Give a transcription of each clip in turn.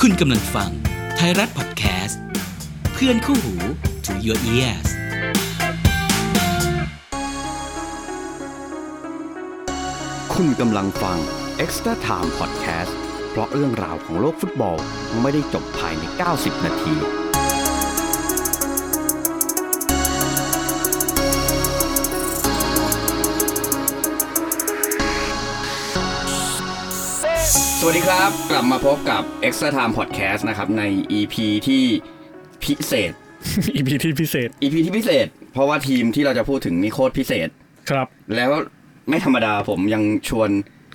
คุณกำลังฟังไทยรัฐพอดแคสต์เพื่อนคู่หู to your ears คุณกำลังฟัง Extra Time Podcast เพราะเรื่องราวของโลกฟุตบอลไม่ได้จบภายใน 90 นาที สวัสดีครับ กลับมาพบกับ Extra Time Podcast นะครับใน EP ที่พิเศษ อีพีที่พิเศษ EP ที่พิเศษ เพราะว่าทีมที่เราจะพูดถึงนี่โคตรพิเศษ ครับ แล้วไม่ธรรมดาผมยังชวน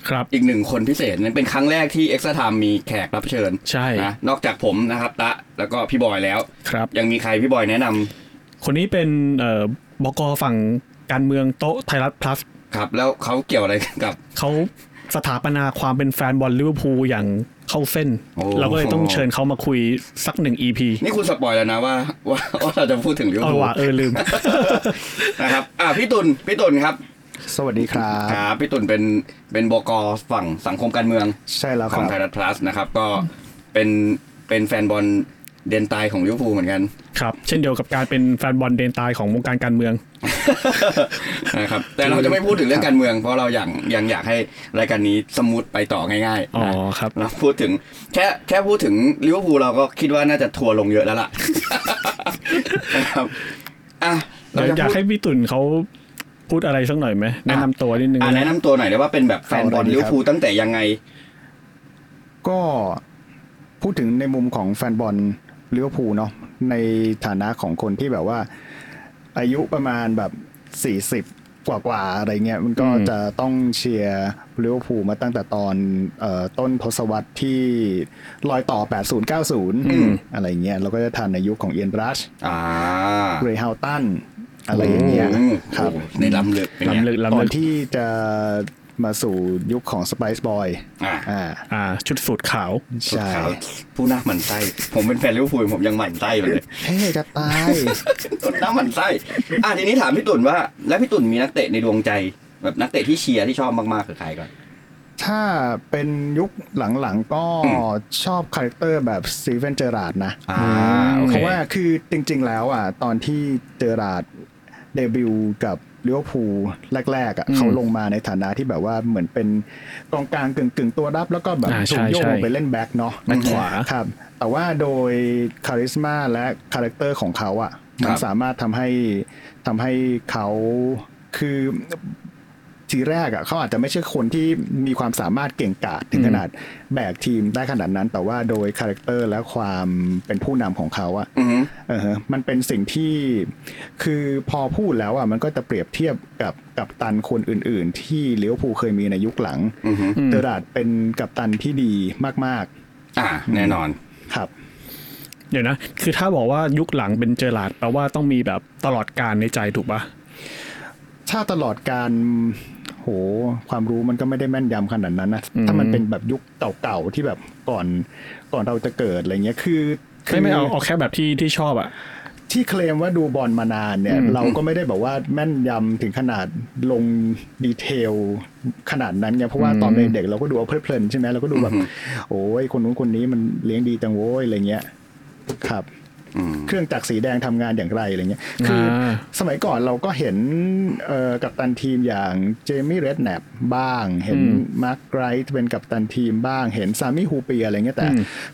ครับ อีกหนึ่งคนพิเศษนั่นเป็นครั้งแรกที่ Extra Time มีแขกรับเชิญ ใช่ นะนอกจากผมนะครับ ตะ แล้วก็พี่บอยแล้ว ครับ ยังมีใครพี่บอยแนะนำ คนนี้เป็นเอ่อบอกอฝั่งการเมืองโต๊ะไทยรัฐพลัส ครับ แล้วเขาเกี่ยวอะไรกับ เขาสถาปนาความเป็นแฟนบอลลิเวอร์พูลอย่างเข้าเส้น โอ้ เราก็เลยต้องเชิญเขามาคุยสักหนึ่ง EP นี่คุณสปอยแล้วนะว่าว่าว่าเราจะพูดถึงลิเวอ เอา ร์พูล ว่ะเออลืม นะครับอ่ะพี่ตุลพี่ตุลครับ สวัสดีครับ ครับพี่ตุลเป็นเป็นบกฝั่งสังคมการเมือง ใช่แล้วค ของ รับ ไทยรัฐพลัสนะครับ ก็เป็นเป็นแฟนบอลเดนตายของลิเวอร์พูลเหมือนกัน ครับ เช่นเดียวกับการเป็นแฟนบอลเดนตายของวงการการเมือง นะครับ แต่เราจะไม่พูดถึงเรื่องการเมือง เพราะเราอย่างยังอยากให้รายการนี้สมูทไปต่อง่ายๆ อ๋อ นะครับ เราพูดถึงแค่แค่พูดถึงลิเวอร์พูลเราก็คิดว่าน่าจะทัวร์ลงเยอะแล้วล่ะ นะครับอ่ะ เดี๋ยวอยากให้พี่ตุ่นเขาพูดอะไรสักหน่อยไหมแนะนำตัวนิดนึง อ่ะแนะนำตัวหน่อยได้ว่าเป็นแบบแฟนบอลลิเวอร์พูลตั้งแต่ยังไง ก็พูดถึงในมุมของแฟนบอลลิเวอร์พูลเนาะในฐานะของคนที่แบบว่า อายุประมาณแบบ 40 กว่ากว่าๆอะไรเงี้ย มันก็จะต้องเชียร์ลิเวอร์พูลมาตั้งแต่ตอนเออต้นทศวรรษที่ลอยต่อ 8090 อะไรเงี้ยเราก็จะทันในยุคของเอียนรัช อ่า เรย์ฮาวตันอะไรอย่างเงี้ย อืม ครับ โอ้โหในลำลึกเป็นไง ลำลึก ก่ ลำ อ ลึ น ก ที่จะมาสู่ยุคของ Spice Boy อ่ะ อ่า อ่า ชุดสูตรขาว ใช่ ครับผู้หน้าหมันไส้ผมเป็นแฟนลิเวอร์พูลผมยังหมันไส้อยู่เลย เท่จะตาย ตุ่นน้ำหมันไส้อ่ะทีนี้ถามพี่ตุ่นว่า แล้วพี่ตุ่นมีนักเตะในดวงใจ แบบนักเตะที่เชียร์ที่ชอบมากๆคือใครก่อน ถ้าเป็นยุคหลังๆก็ อืม ชอบคาแรคเตอร์แบบสตีเฟนเจอราร์ดนะ อ่า อืม โอ เพ เค ราะว่าคือจริงๆแล้วอ่ะ ตอนที่เจอราร์ดเดบิวต์กับลิเวอร์พูลแรกๆอ่ะ อืม เขาลงมาในฐานะที่แบบว่าเหมือนเป็นกองกลางกึ่งๆตัวรับ แล้วก็แบบ อ่า ถู ใช่ กโยก ใช่ ลงไปเล่นแบ็คเนาะ แบ็คขวา ครับแต่ว่าโดยคาริสมาและคาแรคเตอร์ของเขาอะ่ะมันสามารถทำให้ทำให้เขาคือทีแรกอะ่ะเขาอาจจะไม่ใช่คนที่มีความสามารถเก่งกาจถึงขนาดแบกทีมได้ขนาดนั้น แต่ว่าโดยคาแรคเตอร์และความเป็นผู้นำของเขาอะ่ะ อือฮึ เออฮะมันเป็นสิ่งที่คือพอพูดแล้วอะ่ะมันก็จะเปรียบเทียบกับกับตันคนอื่น ๆ ที่เลี้ยวภูลเคยมีในยุคหลัง อือฮึ เดอะดาร์ดเป็นกัปตันที่ดีมาก อ่าแน่นอน ๆครับ เดี๋ยวนะ คือถ้าบอกว่ายุคหลังเป็นเจอหลาร์ดแปลว่าต้องมีแบบตลอดการในใจถูกปะ ถ้าตลอดการโหความรู้มันก็ไม่ได้แม่นยำขนาดนั้นนะ อืม ถ้ามันเป็นแบบยุคเก่าๆที่แบบก่อนก่อนเราจะเกิดอะไรเงี้ยคือคื ไม่ไม่เอาเอาแค่แบบที่ที่ชอบอะ ที่เคลมว่าดูบอลมานานเนี่ย อืม เราก็ไม่ได้แบบว่าแม่นยำถึงขนาดลงดีเทลขนาดนั้นไงเพราะว่าตอนเป็นเด็กเราก็ดูเอาเพลินๆใช่ไหมเราก็ดูแบบ อือฮึ โอ้ยคนนู้นคนนี้มันเลี้ยงดีจังโว้ยอะไรเงี้ยครับ อืม เครื่องจักรสีแดงทำงานอย่างไรอะไรเงี้ย คืออา สมัยก่อนเราก็เห็นเอ่อกัปตันทีมอย่างเจมี่เรดแนปบ้าง เห็นมาร์คไกรท์เป็นกัปตันทีมบ้าง เห็นซามี่ฮูเปียอะไรเงี้ยแต่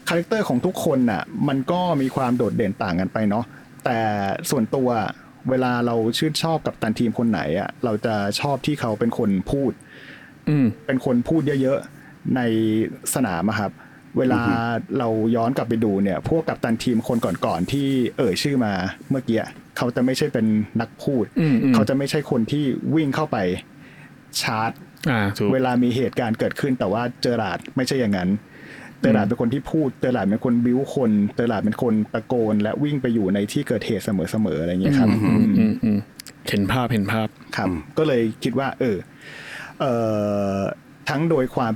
คาแรคเตอร์ของทุกคนน่ะมันก็มีความโดดเด่นต่างกันไปเนาะแต่ส่วนตัวเวลาเราชื่นชอบกัปตันทีมคนไหนอ่ะเราจะชอบที่เขาเป็นคนพูด อืม เป็นคนพูดเยอะๆ ในสนามอะครับ เวลาเราย้อนกลับไปดูเนี่ย พวกกัปตันทีมคนก่อนๆ ที่เอ่ยชื่อมาเมื่อกี้เขาจะไม่ใช่เป็นนักพูด อืมอืม เขาจะไม่ใช่คนที่วิ่งเข้าไปชาร์จ อ่าถูก เวลามีเหตุการณ์เกิดขึ้นแต่ว่าเจอราร์ดไม่ใช่อย่างนั้น เจอราร์ดเป็นคนที่พูด เจอราร์ดเป็นคนบิ้วคน เจอราร์ดเป็นคนตะโกน และวิ่งไปอยู่ในที่เกิดเหตุเสมอๆ อะไรอย่างเงี้ยครับ อืมอืมเห็นภาพเห็นภาพ ครับก็เลยคิดว่า เออเออทั้งโดยความ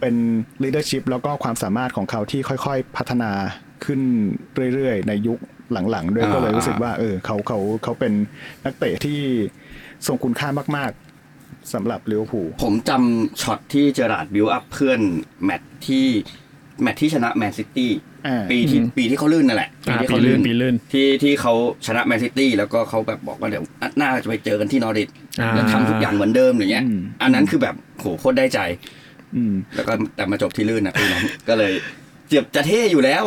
เป็น leadership แล้วก็ความสามารถของเขาที่ค่อยๆ พัฒนาขึ้นเรื่อยๆ ในยุคหลังๆ ด้วย อ่า ก็เลยรู้สึกว่า เออเขาเขาเขาเป็นนักเตะที่ทรงคุณค่ามากๆสำหรับลิเวอร์พูล ผมจำช็อตที่เจอราร์ดบิวอัพเพื่อนแมตช์ที่ แมตช์ที่ชนะแมนซิตี้ อ่า ปีที่ปีที่เขาลื่นนั่นแหละ อ่า ที่ ปี เขา ลื่นปีลื่น ที่ที่เขาชนะแมนซิตี้แล้วก็เขาแบบบอกว่าเดี๋ยวนัดหน้าจะไปเจอกันที่นอริท อ่า แล้วทำทุกอย่างเหมือนเดิมอย่างเงี้ย อืม อันนั้นคือแบบโหโคตรได้ใจ อืม แล้วก็แต่มาจบที่ลื่นนะปีนั้น ก็เลยเจ็บจะเท่อยู่แล้ว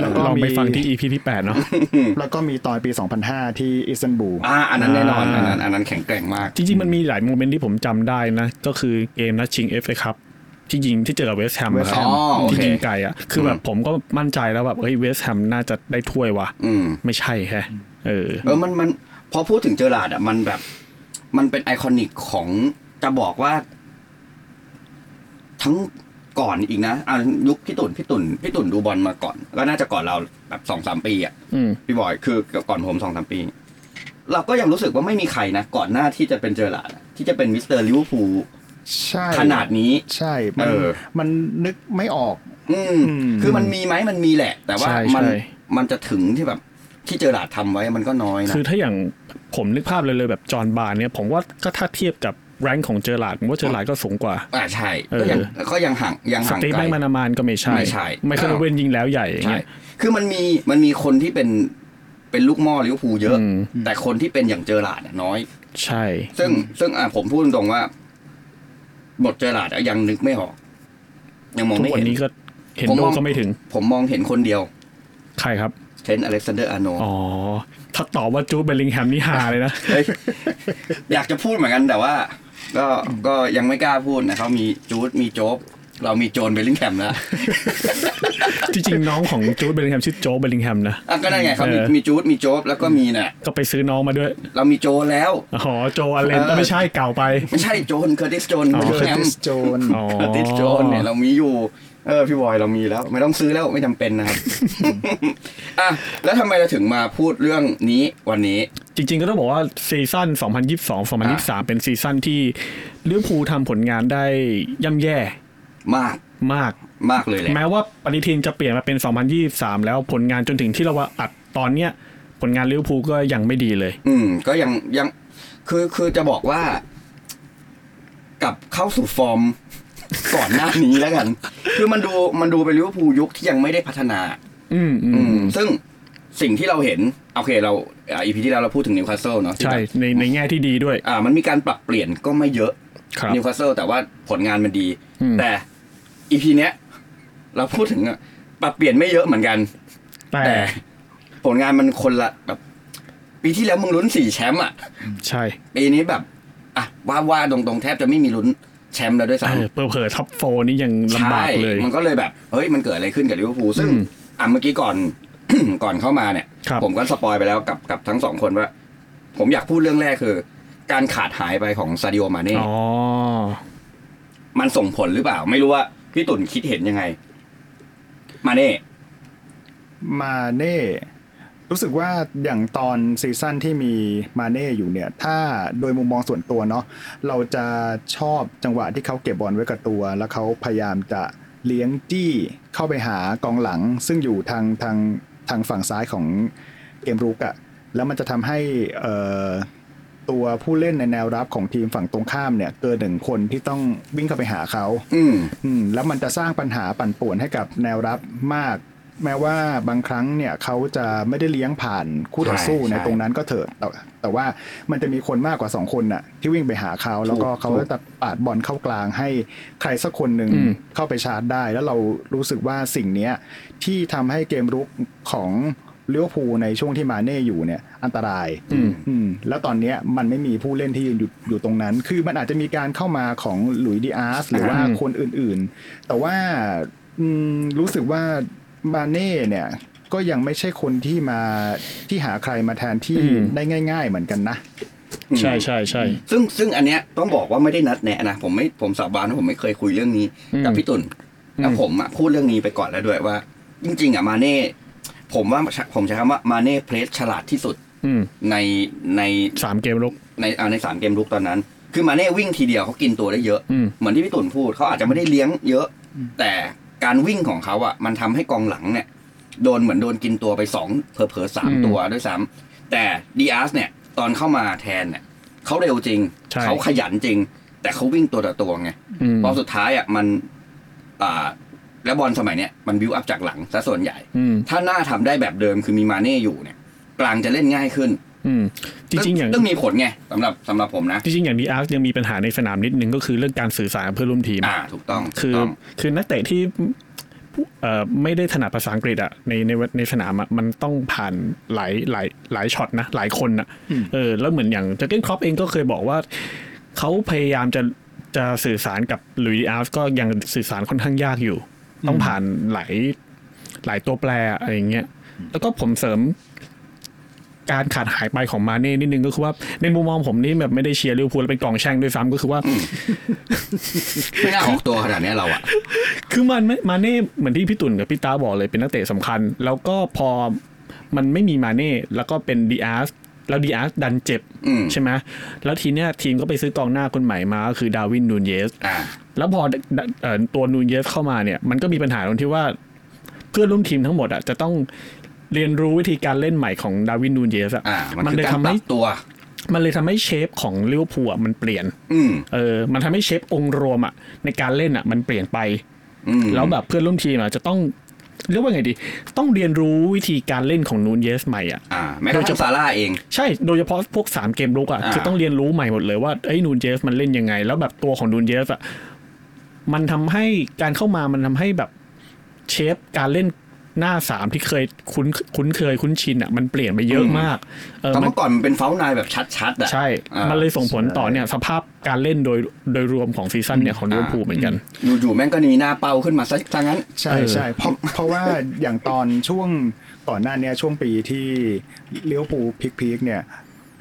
แล้วก็ ลอง มี ไปฟังที่ EP ที่ 8 เนาะ แล้วก็มีตอนปี 2005 ที่อิสตันบูล อ่า อันนั้นแน่นอน อ่า อันนั้นอันนั้นแข็งแกร่งมาก จริงๆ มันมีหลายโมเมนต์ที่ผมจำได้นะ ก็คือเกมนัดชิงเอฟเอครับที่ยิงที่เจอกับเวสต์แฮม West ครับ Ham อ๋อโอเค ที่ยิงไก่อ่ะ คือแบบผมก็มั่นใจแล้วแบบเฮ้ยเวสต์แฮมน่าจะได้ถ้วยว่ะ อืม ไม่ใช่แฮะเออ เออ มันมันพอพูดถึงเจอราร์ดอ่ะ มันแบบ มันเป็นไอคอนิกของจะบอกว่า ทั้งก่อนอีกนะอ่ะยุคพี่ตุ่นพี่ตุ่นพี่ตุ่นดูบอลมาก่อน ก็น่าจะก่อนเราแบบสองสามปีอ่ะ อืม พี่บอยคือก่อนผมสองสามปี เราก็ยังรู้สึกว่าไม่มีใครนะ ก่อนหน้าที่จะเป็นเจอราร์ดอะที่จะเป็นมิสเตอร์ลิเวอร์พูล ใช่ ขนาดนี้ ใช่มัน เออ มันนึกไม่ออก อืม อืม คือมันมีไหมมันมีแหละ แต่ว่า ใช่ มัน ใช่ มันจะถึงที่แบบ ที่เจอหลาดทำไว้มันก็น้อยนะ คือถ้าอย่างผมนึกภาพเลยเลยแบบจอห์นบาร์นเนี่ยผมว่าก็ถ้าเทียบกับแรงค์ของเจอร์ลาร์ดผมว่าเจอร์ลาร์ดก็สูงกว่า อ่าใช่ เออ ก็ยังก็ยังห่างยัง ส ห่าง ตีฟ ไกล แม็กมานามานก็ไม่ใช่ ไม่ใช่ ไม่เคยเว้นยิงแล้วใหญ่อย่าง ใช่ เงี้ย คือมันมีมันมีคนที่เป็นเป็นลูกหม่อลิเวอร์พูลเยอะ อืม แต่คนที่เป็นอย่างเจอหลาดน้อย ใช่ ซึ่งซึ่งอ่ะผมพูดตรงๆว่าบทเจอหลาดยังนึกไม่ออก ยังมอง ทุก ไม่ วัน เห็น นี้ก็เห็น ผม โด มอง ก็ไม่ถึง ผมมองเห็นคนเดียว ใครครับ เทนอเล็กซานเดอร์อาร์โนลด์ อ๋อ ถ้าตอบว่าจูดเบลลิงแฮมนี่ฮาเลยนะ เฮ้ยอยากจะพูดเหมือนกันแต่ว่า ก็ก็ยังไม่กล้าพูดนะเขามีจูดมีโจ๊บเรามีโจนเบลลิงแคมแล้ว จริงๆน้องของจูดเบลลิงแฮมชื่อโจเบลลิงแฮมนะ อ่ะก็นั่นไงครับมี เออ มีจูดมีโจ๊บแล้วก็มีเนี่ย ก็ไปซื้อน้องมาด้วย เรามีโจแล้ว อ๋อ โจอาเลนแต่ไม่ใช่เก่าไป ไม่ใช่โจนเคอร์ติสโจน อ๋อ เคอ เคอ ร์ ร์ ติสติสโจน อ๋อ เคอร์ติสโจนเนี่ยเรามีอยู่เออพี่บอยเรามีแล้ว ไม่ต้องซื้อแล้วไม่จำเป็นนะครับ อ่ะแล้วทำไมเราถึงมาพูดเรื่องนี้วันนี้ จริงๆก็ต้องบอกว่าซีซั่น 2022-2023 เป็นซีซั่นที่ลิเวอร์พูลทำผลงานได้ย่ำแย่ มาก มาก มากเลยแหละ แม้ว่าปฏิทินจะเปลี่ยนมาเป็น 2023 แล้วผลงานจนถึงที่เราว่าอัดตอนเนี้ยผลงานลิเวอร์พูลก็ยังไม่ดีเลย อืม ก็ยังยัง คือคือจะบอกว่า กลับเข้าสู่ฟอร์ม ก่อนหน้านี้แล้วกัน คือมันดูมันดูเป็นลิเวอร์พูลยุคที่ยังไม่ได้พัฒนา อืมอื อื ม มซึ่งสิ่งที่เราเห็น โอเคเราอีพีที่แล้วเราพูดถึงนิวคาสเซิลเนาะที่ ใช่ แบบ ในในแง่ที่ดีด้วย อ่า มันมีการปรับเปลี่ยนก็ไม่เยอะ ครับ นิวคาสเซิลแต่ว่าผลงานมันดี อืม แต่อีพีเนี้ย เราพูดถึงอะปรับเปลี่ยนไม่เยอะเหมือนกัน แต่ แต่ผลงานมันคนละแบบ ปีที่แล้วมึงลุ้นสี่แชมป์อ่ะ ใช่ ปีนี้แบบอ่ะว่าว่าตรงๆแทบจะไม่มีลุ้นแชมป์แล้วด้วย เออ ซ้ำ เผลอๆท็อปโฟนี่ยังลำบากเลย มันก็เลยแบบเฮ้ยมันเกิดอะไรขึ้นกับลิเวอร์พูลซึ่ง อืม อ่ะเมื่อกี้ก่อน ก่อนเข้ามาเนี่ย ครับ ผมก็สปอยไปแล้วกับกับทั้งสองคนว่า ผมอยากพูดเรื่องแรกคือ การขาดหายไปของซาดิโอมาเน่ อ๋อ มันส่งผลหรือเปล่า ไม่รู้ว่าพี่ตุ่นคิดเห็นยังไง มาเน่ มาเน่รู้สึกว่าอย่างตอนซีซั่นที่มีมาเน่อยู่เนี่ย ถ้าโดยมุมมองส่วนตัวเนาะเราจะชอบจังหวะที่เขาเก็บบอลไว้กับตัว แล้วเขาพยายามจะเลี้ยงจี้เข้าไปหากองหลัง ซึ่งอยู่ทางทางทางฝั่งซ้ายของเกมรุกอะแล้วมันจะทำให้เอ่อตัวผู้เล่นในแนวรับของทีมฝั่งตรงข้ามเนี่ยเกินหนึ่งคนที่ต้องวิ่งเข้าไปหาเขา อืม อืมแล้วมันจะสร้างปัญหาปั่นป่วนให้กับแนวรับมาก แม้ว่าบางครั้งเนี่ยเขาจะไม่ได้เลี้ยงผ่านคู่ต่อสู้ ใช่ ใน ใช่ ตรงนั้นก็เถอะแต่แต่ว่ามันจะมีคนมากกว่า 2 คนน่ะที่วิ่งไปหาเขาแล้วก็ ถูก เขา ถู ก็ ก จะปาดบอลเข้ากลางให้ใครสักคนหนึ่ง อืม เข้าไปชาร์จได้ แล้วเรารู้สึกว่าสิ่งเนี้ยที่ทำให้เกมรุกของเลี้ยวภูลในช่วงที่มาเน่อยู่เนี่ยอันตราย อืม อืมแล้วตอนเนี้ยมันไม่มีผู้เล่นที่ยืนอยู่อยู่ตรงนั้น คือมันอาจจะมีการเข้ามาของหลุยส์ดีอาร์สหรือว่า อืม คนอื่นๆ แต่ว่าอืมรู้สึกว่ามาเน่เนี่ย ก็ยังไม่ใช่คนที่มาที่หาใครมาแทนที่ได้ง่าย ๆ เหมือนกันนะ ใช่ใช่ใช่ ซึ่งซึ่งอันเนี้ยต้องบอกว่าไม่ได้นัดแนะนะผมไม่ผมสาบานว่าผมไม่เคยคุยเรื่องนี้กับ อืม พี่ตุลแล้ว อืม ผมอะพูดเรื่องนี้ไปก่อนแล้วด้วยว่า จริง ๆอะมาเน่ผมว่าผมใช้คำว่ามาเน่เพลสฉลาดที่สุด อืม ในใน สามเกมรุก ในอ่าในสามเกมลุกตอนนั้น คือมาเน่วิ่งทีเดียวเขากินตัวได้เยอะ อืม เหมือนที่พี่ตุ่นพูดเขาอาจจะไม่ได้เลี้ยงเยอะ แต่การวิ่งของเขาอะมันทำให้กองหลังเนี่ย โดนเหมือนโดนกินตัวไปสองเผลอๆสาม อืม ตัวด้วยซ้ำแต่ดีอาร์สเนี่ย ตอนเข้ามาแทนเนี่ยเขาเร็วจริง ใช่ เขาขยันจริง แต่เขาวิ่งตัวต่อตัวไง อืม พอสุดท้ายอะมัน อ่า แล้วบอลสมัยเนี้ยมันบิวอัพจากหลังซะส่วนใหญ่ อืม ถ้าหน้าทำได้แบบเดิมคือมีมาเน่อยู่เนี่ย กลางจะเล่นง่ายขึ้น อืม จริง ๆ อย่าง ต้องมีผลไงสำหรับสำหรับผมนะ จริงๆอย่างดีอาร์ยังมีปัญหาในสนามนิดนึงก็คือเรื่องการสื่อสารกับเพื่อนร่วมทีม อ่าถูกต้องถู คื ก อ ต้อง คือนักเตะที่เอ่อไม่ได้ถนัดภาษาอังกฤษอะในในในสนามอะมันต้องผ่านหลายหลายหลายช็อตนะ หลายคนอะเออแล้วเหมือนอย่างเจอร์เก้นครอปเองก็เคยบอกว่า เขาพยายามจะจะสื่อสารกับลุยส์อาร์ฟก็ยังสื่อสารค่อนข้างยากอยู่ ต้องผ่านหลายหลายตัวแปรอะอะไรอย่างเงี้ยแล้วก็ผมเสริม การขาดหายไปของมาเน่นิดนึงก็คือว่าในมุมมองผมนี่แบบไม่ได้เชียร์ลิเวอร์พูลแล้วเป็นกองแช่งด้วยซ้ำก็คือว่า ไม่น่าออกตัวขนาดเนี้ยเราอะ คือมันไม่มาเน่เหมือนที่พี่ตุ่นกับพี่ตาบอกเลยเป็นนักเตะสำคัญ แล้วก็พอมันไม่มีมาเน่แล้วก็เป็นดีอาร์สแล้วดีอาร์สดันเจ็บ อืม ใช่ไหมแล้วทีเนี้ยทีมก็ไปซื้อกองหน้าคนใหม่มาก็คือดาร์วินนูนเยส อ่า แล้วพอเอ่อตัวนูนเยสเข้ามาเนี่ย มันก็มีปัญหาตรงที่ว่า เพื่อนร่วมทีมทั้งหมดอ่ะจะต้องเรียนรู้วิธีการเล่นใหม่ของดาร์วินนูนเยสอ่ะ อ่า มัน เล คือยการ ทำ ปรั ให้ บตัว มันเลยทำให้เชฟของลิเวอร์พูลอะมันเปลี่ยน อืม เออมันทำให้เชฟองค์รวมอ่ะในการเล่นอ่ะมันเปลี่ยนไป อืม แล้วแบบเพื่อนร่วมทีมอ่ะจะต้องเรียกว่าไงดี ต้องเรียนรู้วิธีการเล่นของนูนเยสใหม่อ่ะ อ่า แม้กระทั่งซาร่าเอง ใช่โดยเฉพาะพวก 3 เกมลุกอ่ะ อ่า คือต้องเรียนรู้ใหม่หมดเลยว่าไอ้ยนูนเยสมันเล่นยังไง แล้วแบบตัวของนูนเยสอ่ะมันทำให้การเข้ามามันทำให้แบบเชฟการเล่นหน้าสามที่เคยคุ้นคุ้นเคยคุ้นชินอ่ะมันเปลี่ยนไปเยอะมากเออ แต่ มัน เมื่อก่อนมันเป็นเฟ้านายแบบชัดๆอ่ะ ใช่ อ่า มันเลยส่งผลต่อเนี่ยสภาพการเล่นโดยโดยรวมของซีซั่นเนี่ยของลิเวอร์พูลเหมือนกัน อยู่ๆแม่งก็หนีหน้าเป้าขึ้นมาซะซะงั้น ใช่ใช่เพราะเพราะว่าอย่างตอนช่วงก่อนหน้าเนี้ยช่วงปีที่เลี้ยวภูพิกพิกๆเนี่ย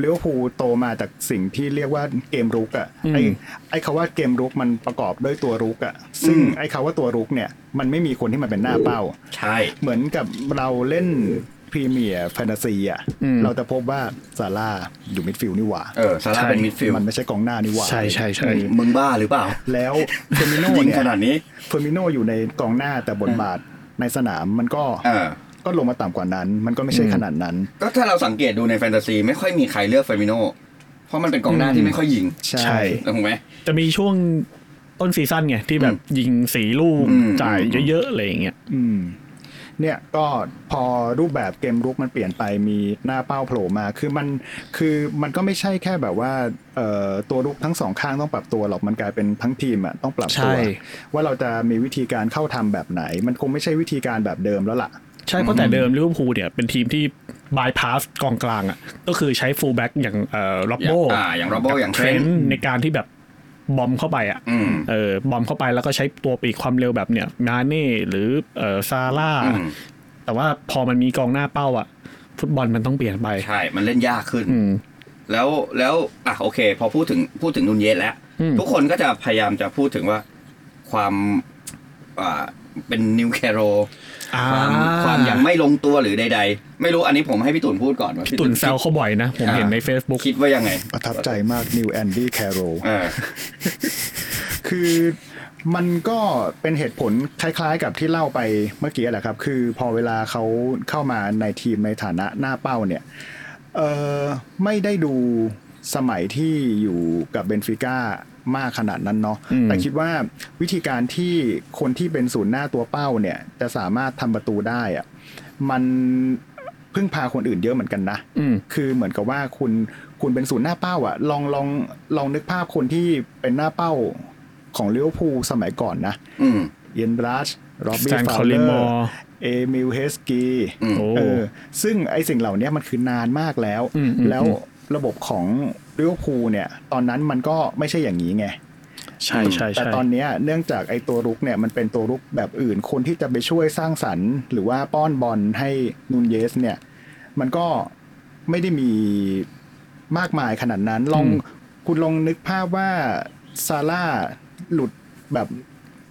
เลี้ยวภูโตมาจากสิ่งที่เรียกว่าเกมรุกอะ่ะไอ้ อืม ไอ้คำว่าเกมรุกมันประกอบด้วยตัวรุกอะ่ะซึ่งไอ้คำว่าตัวรุกเนี่ยมันไม่มีคนที่มันเป็นหน้าเป้า ใช่ เหมือนกับเราเล่นพรีเมียร์แฟนตาซีอ่ะ อืม เราจะพบว่าซาร่าอยู่มิดฟิลด์นี่หว่า เออซาร่าเป็นมิดฟิลด์ มันไม่ใช่กองหน้านี่หว่า มึงบ้าหรือเปล่า แล้วเฟอร์มิโน่ ยิง เนี่ย ขนาดนี้ เฟอร์มิโนอยู่ในกองหน้าแต่บทบาทในสนามมันก็ เออ ก็ลงมาต่ำกว่านั้น มันก็ไม่ใช่ขนาดนั้น ก็ถ้าเราสังเกตดูในแฟนตาซีไม่ค่อยมีใครเลือกเฟอร์มิโนเพราะมันเป็นกองหน้าที่ไม่ค่อยยิง ใช่ ใช่ ถูกไหม จะมีช่วงต้นซีซั่นไง ที่แบบยิงสีลูก อืม จ่ายเยอะๆอะไรอย่างเงี้ย อืมเนี่ยก็พอรูปแบบเกมรุกมันเปลี่ยนไปมีหน้าเป้าโผล่มาคือมันคือมันก็ไม่ใช่แค่แบบว่าเอ่อตัวรุกทั้งสองข้างต้องปรับตัวหรอกมันกลายเป็นทั้งทีมอ่ะต้องปรับตัว ใช่ ว่าเราจะมีวิธีการเข้าทำแบบไหน มันคงไม่ใช่วิธีการแบบเดิมแล้วล่ะ ใช่ เพราะแต่เดิมลิเวอร์พูลเนี่ย เป็นทีมที่บายพาสกองกลางอ่ะ ก็คือใช้ฟูลแบ็กอย่างเอ่อล็อบโบ อย่างอ่าอย่าง Robbo อย่าง Trent ในการที่แบบบอมเข้าไปอ่ะ อืม เออบอมเข้าไปแล้วก็ใช้ตัวปีกความเร็วแบบเนี่ยมาเน่หรือเอ่อซาร่า อืม แต่ว่าพอมันมีกองหน้าเป้าอ่ะ ฟุตบอลมันต้องเปลี่ยนไป ใช่ มันเล่นยากขึ้น อืม แล้วแล้วอ่ะโอเค พอพูดถึงพูดถึงนุนเยสแล้ว อืม ทุกคนก็จะพยายามจะพูดถึงว่าความอ่าเป็นนิวแคโรความความยังไม่ลงตัวหรือใด ๆ ไม่รู้อันนี้ผมให้พี่ตุ่นพูดก่อนว่า ตุ่นแซวเขาบ่อยนะ ผมเห็นใน Facebook คิดว่ายังไง ประทับใจมากนิวแอนดี้แคโร เออ คือมันก็เป็นเหตุผลคล้ายๆกับที่เล่าไปเมื่อกี้แหละครับ คือพอเวลาเขาเข้ามาในทีมในฐานะหน้าเป้าเนี่ยเออไม่ได้ดูสมัยที่อยู่กับเบนฟิก้ามากขนาดนั้นเนาะ อืม แต่คิดว่าวิธีการที่คนที่เป็นศูนย์หน้าตัวเป้าเนี่ย จะสามารถทำประตูได้อะมันพึ่งพาคนอื่นเยอะเหมือนกันนะ อืม คือเหมือนกับว่าคุณคุณเป็นศูนย์หน้าเป้าอะลองลองลองนึกภาพคนที่เป็นหน้าเป้าของลิเวอร์พูลสมัยก่อนนะ อืม เอียนบรัชโรบบี้ Stan ฟา Collymore เลอร์เอมิลเฮสกี อืม โอ้ เออซึ่งไอสิ่งเหล่านี้มันคือนานมากแล้ว อืมอืม แล้วระบบของลิเวอร์พูลเนี่ย ตอนนั้นมันก็ไม่ใช่อย่างนี้ไง ใช่ใช่ แต่ ใช่ ตอนเนี้ยเนื่องจากไอ้ตัวรุกเนี่ยมันเป็นตัวรุกแบบอื่นคนที่จะไปช่วยสร้างสรรค์ หรือว่าป้อนบอลให้นูนเยสเนี่ย มันก็ไม่ได้มีมากมายขนาดนั้น ลอง อืม คุณลองนึกภาพว่าซาร่าหลุดแบบ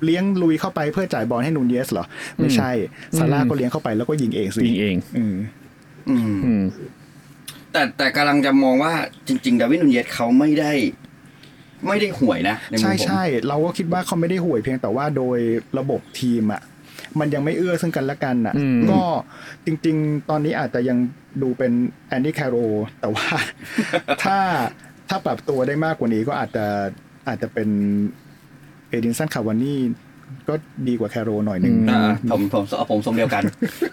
เลี้ยงลุยเข้าไปเพื่อจ่ายบอลให้นูนเยสเหรอ ไม่ใช่ซาร่าก็เลี้ยงเข้าไปแล้วก็ยิงเองสิ ยิงเอง อืม อืม อืม แต่แต่กำลังจะมองว่าจริง ๆ ดาวิดนุนเยสเขาไม่ได้ ไม่ได้ห่วยนะนมุม ใช่ ผม ใช่เราก็คิดว่าเขาไม่ได้ห่วยเพียงแต่ว่าโดยระบบทีมอ่ะมันยังไม่เอื้อซึ่งกันและกันอ่ะ อืม ก็จริง ๆ ตอนนี้อาจจะยังดูเป็นแอนดี้แคโรแต่ว่า ถ้าถ้าปรับตัวได้มากกว่านี้ก็อาจจะอาจจะเป็นเอดินสันคาวานี่ ก็ดีกว่าแคโรหน่อยหนึ่ง อื อ่าผมผมผมทรงเดียวกัน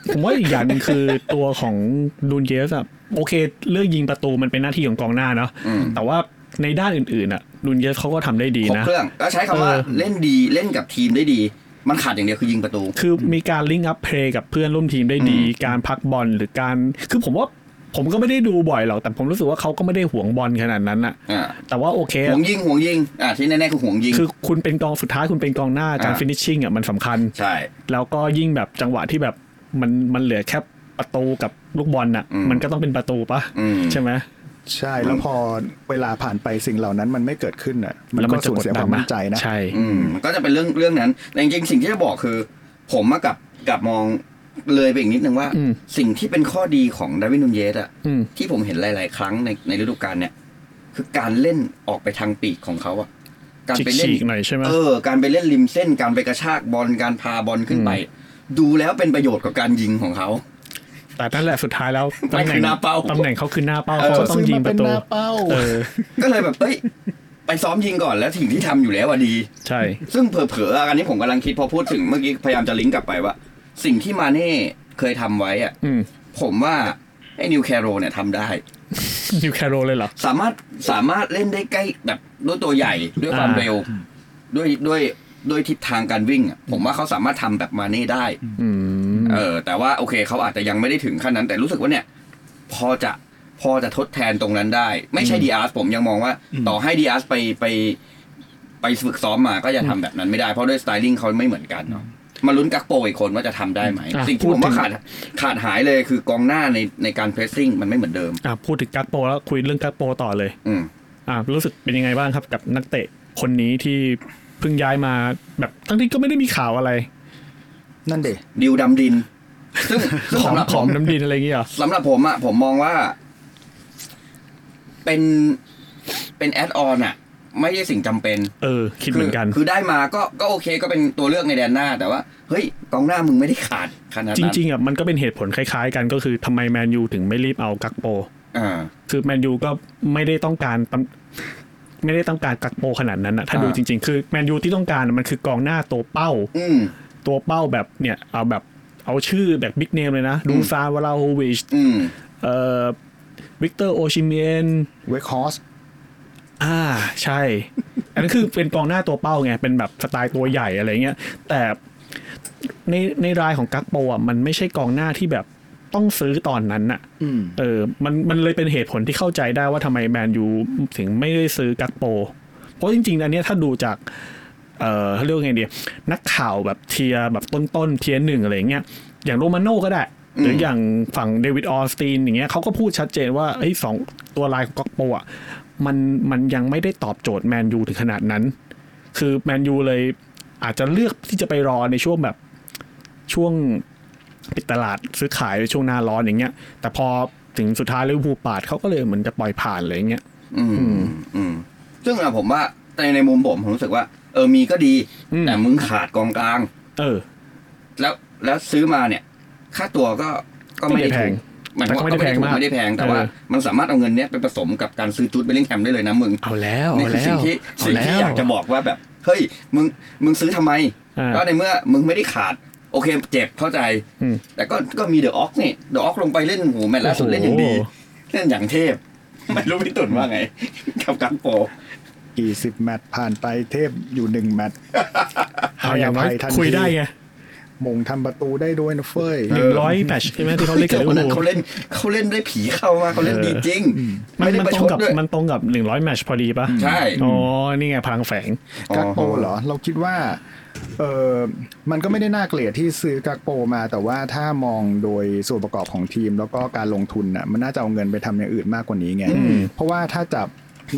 ผมว่าอีกอย่างหนึงคือตัวของนูนเยสอะโอเค เรื่องยิงประตูมันเป็นหน้าที่ของกองหน้าเนาะ อืม แต่ว่าในด้านอื่นๆอะนูนเยสเขาก็ทำได้ดี ครบ นะ เครื่องก็ใช้คำว่า เออ เล่นดีเล่นกับทีมได้ดี มันขาดอย่างเดียวคือยิงประตู คือมีการลิงก์อัพเพลย์กับเพื่อนร่วมทีมได้ดี การพักบอลหรือการ คือผมว่าผมก็ไม่ได้ดูบ่อยหรอก แต่ผมรู้สึกว่าเขาก็ไม่ได้หวงบอลขนาดนั้นอะ อ่า แต่ว่าโอเค ห่วงยิงห่วงยิงอ่าที่แน่ๆคือห่วงยิง คือคุณเป็นกองสุดท้ายคุณเป็นกองหน้าการ อ่า ฟินิชชิ่งอะมันสำคัญ ใช่ แล้วก็ยิ่งแบบจังหวะที่แบบมันมันเหลือแค่ประตูกับลูกบอลน่ะ อืม มันก็ต้องเป็นประตูปะ อืม ใช่ไหม ใช่แล้วพอเวลาผ่านไปสิ่งเหล่านั้นมันไม่เกิดขึ้นอ่ะมัน แล้ว ก็ มันจะ สูญ กด เสีย ดั คน วาม นะ มั่นใจนะ ใช่ อืมมันก็จะเป็นเรื่องเรื่องนั้นแต่จริงๆสิ่งที่จะบอกคือ ผมมากับกับมองเลยไปอีกนิดนึงว่า อืม สิ่งที่เป็นข้อดีของดาร์วินนูนเยสอะ อืม ที่ผมเห็นหลาย ๆ ครั้งในในฤดูกาลเนี่ย คือการเล่นออกไปทางปีกของเขาอะการ ฉีก ไปเล่น ฉีกๆหน่อยใช่ไหม เออ การไปเล่นริมเส้น การไปกระชากบอล การพาบอลขึ้นไป ดูแล้วเป็นประโยชน์กับการยิงของเขา แต่นั่นแหละสุดท้ายแล้ว มัน ตำแห คื น่ง อหน้าเป้า ตำแหน่งเขาคือหน้าเป้า เออ เขาก็ต้องยิงประตู ซื้อมาเป็นหน้าเป้า เออ ก็เลยแบบเอ้ย ไปซ้อมยิงก่อนแล้วสิ่งที่ทำอยู่แล้วอะดี ใช่ ซึ่งเผลอๆอะอันนี้ผมกำลังคิดพอพูดถึงเมื่อกี้พยายามจะลิงก์กลับไปว่า สิ่งที่มาเน่เคยทำไว้อะ อืม ผมว่าไอ้นิวแคโรเนี่ยทำได้ นิวแคโรเลยเหรอ สามารถสามารถเล่นได้ใกล้แบบด้วยตัวใหญ่ด้วยความ อ่า เร็ว ด้วยด้วยด้วยทิศทางการวิ่งอะผมว่าเขาสามารถทำแบบมาเน่ได้ อืม เออแต่ว่าโอเคเขาอาจจะยังไม่ได้ถึงขั้นนั้นแต่รู้สึกว่าเนี่ย พอจะพอจะทดแทนตรงนั้นได้ ไม่ใช่ดีอาร์สผมยังมองว่า ต่อให้ดีอาร์สไปไป ไปฝึกซ้อมมาก็จะทำแบบนั้นไม่ได้เพราะด้วยสไตลิ่งเขาไม่เหมือนกันเนาะมาลุ้นกักโปอีกคนว่าจะทำได้ไหม อ่ะ สิ่งที่ผม พูดถึ ว่าง ขาดขาดหายเลยคือกองหน้าในในการเพรสซิ่งมันไม่เหมือนเดิม อ่ะพูดถึงกักโปแล้วคุยเรื่องกักโปต่อเลย อืม อ่ะรู้สึกเป็นยังไงบ้างครับกับนักเตะคนนี้ที่เพิ่งย้ายมาแบบทั้งที่ก็ไม่ได้มีข่าวอะไร นั่นเด็ ดิวดำดิน ซึ่งซึ่ง ของ สำหรับ ข ผ อง ม น้ำดินอะไรอย่างเงี้ยเหรอ สำหรับผมอะผมมองว่า เป็นเป็นแอดออนอะไม่ใช่สิ่งจำเป็น เออ คิดเหมือนกัน คือได้มาก็ก็โอเคก็เป็นตัวเลือกในแดนหน้า แต่ว่า เฮ้ยกองหน้ามึงไม่ได้ขาดขนาด จ นั้น ริงๆอ่ะมันก็เป็นเหตุผลคล้ายๆ กันก็คือทำไมแมนยูถึงไม่รีบเอากักโป อ่า คือแมนยูก็ไม่ได้ต้องการตำไม่ได้ต้องการกักโปขนาดนั้นนะถ้า อ่า ดูจริง ๆ คือแมนยูที่ต้องการน่ะมันคือกองหน้าตัวเป้า อืม ตัวเป้าแบบเนี่ยเอาแบบเอาชื่อแบบบิ๊กเนมเลยนะ ดูซานวลาโฮวิช อืม เอ่อวิกเตอร์โอชิเมน เวกฮอส อ่าใช่ อันนั้นคือเป็นกองหน้าตัวเป้าไง เป็นแบบสไตล์ตัวใหญ่อะไรเงี้ยแต่ในในรายของกักโปอ่ะมันไม่ใช่กองหน้าที่แบบต้องซื้อตอนนั้นน่ะ อืม เออ มัน มันเลยเป็นเหตุผลที่เข้าใจได้ว่าทำไมแมนยูถึงไม่ได้ซื้อกักโป เพราะจริงๆ อันเนี้ยถ้าดูจาก เอ่อเขาเรียกว่าไงดี นักข่าวแบบเทียร์แบบต้นๆ เทียร์หนึ่งอะไรอย่างเงี้ย อย่างโรมาโน่ก็ได้ หรืออย่างฝั่งเดวิดออสตินอย่างเงี้ยเขาก็พูดชัดเจนว่าไอ้ยสองตัวลายของกักโปอ่ะ มัน มันยังไม่ได้ตอบโจทย์แมนยูถึงขนาดนั้น คือแมนยูเลยอาจจะเลือกที่จะไปรอในช่วงแบบช่วง ปิดตลาดซื้อขายในช่วงหน้าร้อนอย่างเงี้ย แต่พอถึงสุดท้ายลิเวอร์พูลปาดเขาก็เลยเหมือนจะปล่อยผ่านเลยอย่างเงี้ย อืม อืม ซึ่งอะผมว่าในในมุมผมผมรู้สึกว่า เออมีก็ดี อืม แต่มึงขาดกองกลาง เออ แล้วแล้วซื้อมาเนี่ย ค่าตัวก็ก็ไม่ได้ ไม่ได้แพ ถูกงหมันก็ แต่ก็ไม่ ไม่ ได้ ได้ แพ แพ ง ง มาไม่ได้แพงกแต่ว่า เออ มันสามารถเอาเงินเนี้ยไปผสมกับการซื้อจุดเบลลิงแฮมได้เลยนะมึง เอาแล้ว นี่ เอา คือ แล้ สิ่ ว งที่ เอา สิ่ง แล้ ที่ ว อยากจะบอกว่าแบบเฮ้ยมึงมึงซื้อทำไม อ่า ก็ในเมื่อมึงไม่ได้ขาด โอเคเจ็บเข้าใจ อืม แต่ก็ก็มีเดอะออกนี่เดอะออกลงไปเล่นโหแมตช์ล่าสุด โอ้โห เล่นอย่างดี เล่นอย่างเทพ ไม่รู้พี่ตุ่นว่าไง กับกังโป กี่สิบแมตช์ผ่านไปเทพอยู่หนึ่งแมตช์ เอาอย่างน้อย ให้อภัยทันที คุยได้ไง มงทำประตูได้ด้วยนะเฟ้ย หนึ่งร้อยแมตชใช่ไหมที่เขาเล่นกับลิเวอ คนนั้น ร์พู เขา ล เล่นเขาเล่นได้ผีเข้ามาเขาเล่นดีจริง มั ไม่ น ได้ มัน ประ ตร ช ง ด กับ ด้วย มันตรงกับหนึ่งร้อยแมตชพอดีป่ะ ใช่ อ๋อ นี่ไงพลังแฝง กักโปเหรอ เราคิดว่าเออมันก็ไม่ได้น่าเกลียดที่ซื้อกักโปมา แต่ว่าถ้ามองโดยส่วนประกอบของทีม แล้วก็การลงทุนน่ะมันน่าจะเอาเงินไปทำอย่างอื่นมากกว่านี้ไง เพราะว่าถ้าจับ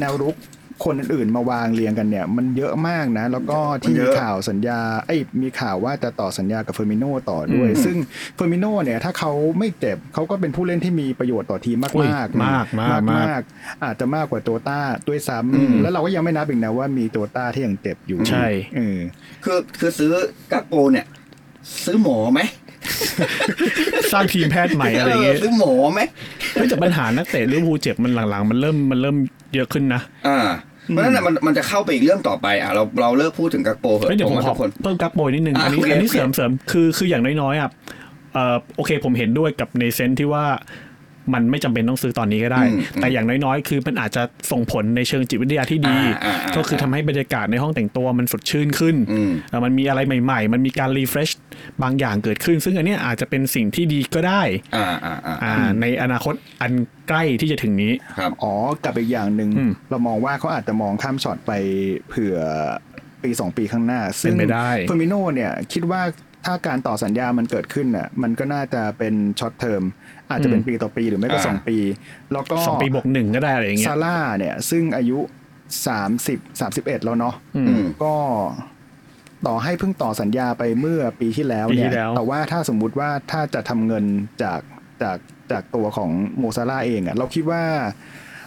แนวรุกคนอื่นๆมาวางเรียงกันเนี่ย มันเยอะมากนะ แล้วก็ที่ มันเย มี อะ ข่าวสัญญาไอ้ยมีข่าวว่าจะต่อสัญญากับเฟอร์มิโนต่อด้วย อืม ซึ่งเฟอร์มิโนเนี่ยถ้าเขาไม่เจ็บเขาก็เป็นผู้เล่นที่มีประโยชน์ต่อทีมมาก อุ้ย มาก มากมากมาก มากๆอาจจะมากกว่าโตต้าด้วยซ้ำแล้วเราก็ยังไม่นับอีกนะว่ามีโตต้าที่ยังเจ็บอยู่ ใช่ เออ คือคือซื้อกักโปเนี่ย ซื้อหมอไหม สร้างทีมแพทย์ใหม่อะไรอย่างเงี้ย ซื้อหมอไหม ไม่แต่ปัญหานักเตะลิเวอร์พูลเจ็บมันหลังๆ มันเริ่มมันเริ่มเยอะขึ้นนะ อ่า เพราะฉะนั้นนะมันมันจะเข้าไปอีกเรื่องต่อไปอ่ะเราเราเลิกพูดถึงกักโปเห เฮ้ย อะ เดี๋ยวผม ว่า ขอ ทุกคน เพิ่มกราฟโบยนิดนึง อ่ะ อันนี้ โอเค อันนี้ โอเค เสริมเสริมคือคืออย่างน้อยๆอ่ะเอ่อโอเคผมเห็นด้วยกับในเซนส์ที่ว่ามันไม่จำเป็นต้องซื้อตอนนี้ก็ได้ อืม แต่อย่างน้อยๆ คือมันอาจจะส่งผลในเชิงจิตวิทยาที่ดี อ่าอ่าอ่า ก็คือทำให้บรรยากาศในห้องแต่งตัวมันสดชื่นขึ้น อืม เอ่อมันมีอะไรใหม่ๆ มันมีการรีเฟรชบางอย่างเกิดขึ้น ซึ่งอันเนี้ยอาจจะเป็นสิ่งที่ดีก็ได้ อ่าอ่าอ่า อ่าในอนาคตอันใกล้ที่จะถึงนี้ ครับ อ๋อกับอีกอย่างหนึ่ง อืม เรามองว่าเขาอาจจะมองข้ามช็อตไปเผื่อปีสองปีข้างหน้า ซึ่ง เป็นไปได้ เฟอร์มิโนเนี่ยคิดว่าถ้าการต่อสัญญามันเกิดขึ้นน่ะมันก็น่าจะเป็นช็อตเทอมอาจจะเป็นปีต่อปีหรือไม่ก็ อ่า สองปี แล้วก็ สองปีบวกหนึ่งก็ได้อะไรอย่างเงี้ ซาย ร่าเนี่ยซึ่งอายุ 30 31 แล้วเนาะ อืม อืม ก็ต่อให้เพิ่งต่อสัญญาไปเมื่อปีที่แล้วปีเนี่ย ที่แล้ว แต่ว่าถ้าสมมุติว่าถ้าจะทำเงินจากจากจากตัวของโมซาร่าเองอะเราคิดว่า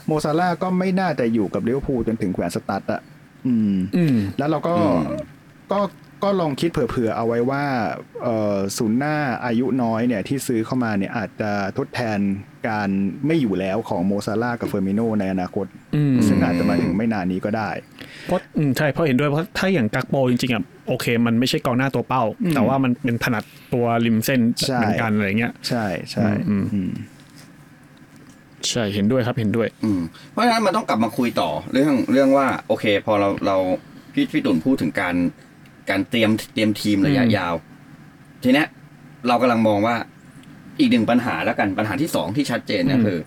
โมซาร่าก็ไม่น่าจะอยู่กับลิเวอร์พูลจนถึงแขวนสตัดอะอืม อืม แล้วเราก็ อืม ก็ก็ลองคิดเผื่อๆเอาไว้ว่าเอ่อศูนย์หน้าอายุน้อยเนี่ยที่ซื้อเข้ามาเนี่ยอาจจะทดแทนการไม่อยู่แล้วของโมซาร่ากับเฟอร์มิโนในอนาคต อืม ซึ่งอาจจะมาถึงไม่นานนี้ก็ได้ เพราะอืมใช่เพราะเห็นด้วยเพราะถ้าอย่างกักโปจริงๆอ่ะโอเค มันไม่ใช่กองหน้าตัวเป้า อืม แต่ว่ามันเป็นถนัดตัวริมเส้น ใช่ เหมือนกันอะไรเงี้ย ใช่ใช่ อืม อืม ใช่เห็นด้วยครับเห็นด้วย อืมเพราะฉะนั้นมันต้องกลับมาคุยต่อเรื่องเรื่องว่า โอเค พอเราเราพี่พี่ตุ่นพูดถึงการการเตรียมเตรียมทีมระยะ อืม ยาว ทีเนี้ยเรากำลังมองว่าอีกหนึ่งปัญหาแล้วกันปัญหาที่สองที่ชัดเจนเนี่ยคือ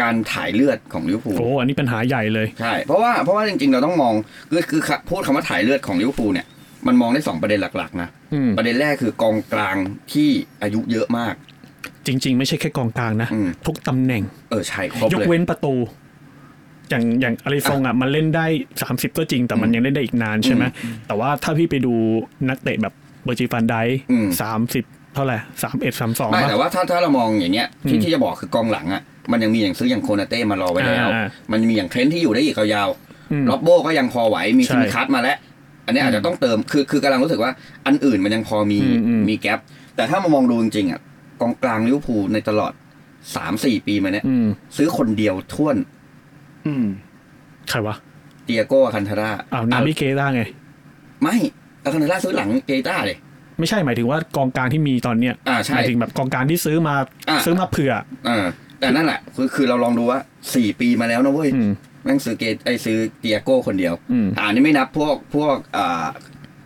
การถ่ายเลือดของลิเวอร์พูล โอ้อันนี้ปัญหาใหญ่เลย ใช่เพราะว่าเพราะว่าจริงๆ เราต้องมองคือคือคือพูดคำว่าถ่ายเลือดของลิเวอร์พูลเนี่ยมันมองได้สองประเด็นหลักๆนะ อืม ประเด็นแรกคือกองกลางที่อายุเยอะมาก จริง ๆ ไม่ใช่แค่กองกลางนะ อืม ทุกตำแหน่ง เออใช่ครบ ยก เลย เว้นประตู อย่างอย่างอาริฟงอ่ะมันเล่นได้ 30 ก็จริง แต่มันยังเล่นได้อีกนานใช่ไหมแต่ว่าถ้าพี่ไปดูนักเตะแบบเบอร์จิฟันได อืม สามสิบเท่าไหร่สามเอ็ดสามสอง ไม่ ปะ แต่ว่าถ้าถ้าเรามองอย่างเงี้ยที่ อืม ที่จะบอกคือกองหลังอ่ะมันยังมีอย่างซื้ออย่างโคนาเต้มารอไว้แล้ว อ่า มันมีอย่างเทรนท์ที่อยู่ได้อีกยาว อืม ๆล็อบโบก็ยังพอไหวมี ใช่ ซิมคัสมาแล้ว อันนี้อาจจะต้องเติมคือคือกำลังรู้สึกว่าอันอื่นมันยังพอมี อืมอืม มีแกลบแต่ถ้ามามองดูจริงๆอ่ะกองกลางลิเวอร์พูลในตลอดสามสี่ปีมาเนี้ย อืม ซื้อคนเดียวท่วน อืม ใครวะ เตียโก้คันทาร่า อ้าวนามิเกต้าไง ไม่แล้วคันทาร่าซื้อหลังเกต้าเลย ไม่ใช่หมายถึงว่ากองกลางที่มีตอนเนี้ย อ่าใช่ หมายถึงแบบกองกลางที่ซื้อมา อ่า ซื้อมาเผื่อ อ่าแต่นั่นแหละคือคือเราลองดูว่าสี่ปีมาแล้วนะเว้ย อืม แม่งซื้อเกตไอซื้อเตียโก้คนเดียว อืม อ่านี่ไม่นับพวกพวกอ่า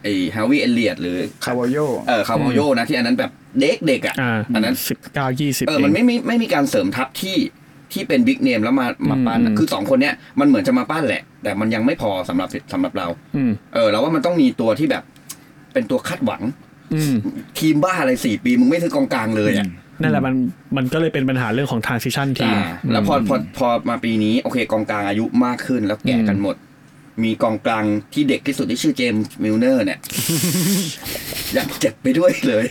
ไอฮาวิเอเลียดหรือ คาวาโย เออคาร์โบโยนะที่อันนั้นแบบเด็กเด็กๆอ่ะ อ่า อันนั้น สิบเก้ายี่สิบ เออมันไม่มีไม่มีการเสริมทัพที่ที่เป็นบิ๊กเนมแล้วมามาปั้นอะคือสองคนเนี้ยมันเหมือนจะมาปั้นแหละ แต่มันยังไม่พอสำหรับสำหรับเรา อืม เออเราว่ามันต้องมีตัวที่แบบเป็นตัวคาดหวัง อืม ทีมบ้าอะไรสี่ปีมึงไม่ซื้อกองกลางเลยอ่ะ นั่นแหละมันมันก็เลยเป็นปัญหาเรื่องของ transition ทีม อ่าแล้วพอพอพอมาปีนี้โอเคกองกลางอายุมากขึ้นแล้วแก่กันหมด มีกองกลางที่เด็กที่สุดที่ชื่อเจมส์มิลเนอร์เนี่ย ยังเจ็บไปด้วยเลย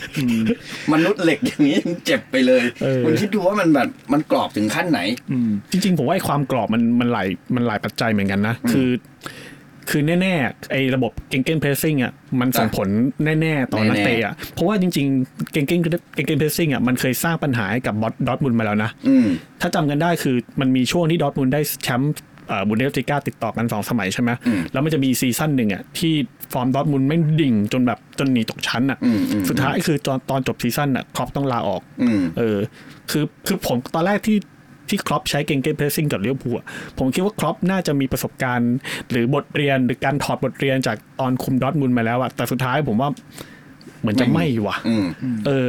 มนุษย์เหล็กอย่างนี้ยังเจ็บไปเลย เออ คุณคิดดูว่ามันแบบมันกรอบถึงขั้นไหน อืม จริงๆ ผมว่าไอ้ความกรอบมันมันหลายมันหลายปัจจัยเหมือนกันนะ คือ คือแน่ๆ ไอ้ระบบเก่งเก้นเพรสซิ่งอ่ะมันส่งผลแน่ๆ ต่อนักเตะอ่ะเพราะว่าจริงๆ เก่งเก้นเก่งเก้นเพรสซิ่งอ่ะมันเคยสร้างปัญหาให้กับบอสดอทมุนมาแล้วนะ อืม ถ้าจำกันได้คือมันมีช่วงที่ดอร์ทมุนด์ได้แชมป์เอ่อบุนเดสติก้าติดต่อกันสองสมัยใช่ไหม อืม แล้วมันจะมีซีซั่นหนึ่งอ่ะที่ฟอร์มดอร์ทมุนด์ไม่งดิ่งจนแบบจนหนีตกชั้นอ่ะ อืมอืม สุดท้ายคือตอนตอนจบซีซั่นอ่ะครอปต้องลาออก อืม เออคือคือผมตอนแรกที่ที่ครอปใช้เก่งเกมเพรสซิ่งกับเลี้ยวผัวผมคิดว่าครอปน่าจะมีประสบการณ์ หรือบทเรียนหรือการถอดบทเรียนจากตอนคุมดอร์ทมุนด์มาแล้วอะแต่สุดท้ายผมว่าเหมือนจะ ไม่ ไม่ มี ว่ะ อืม เออ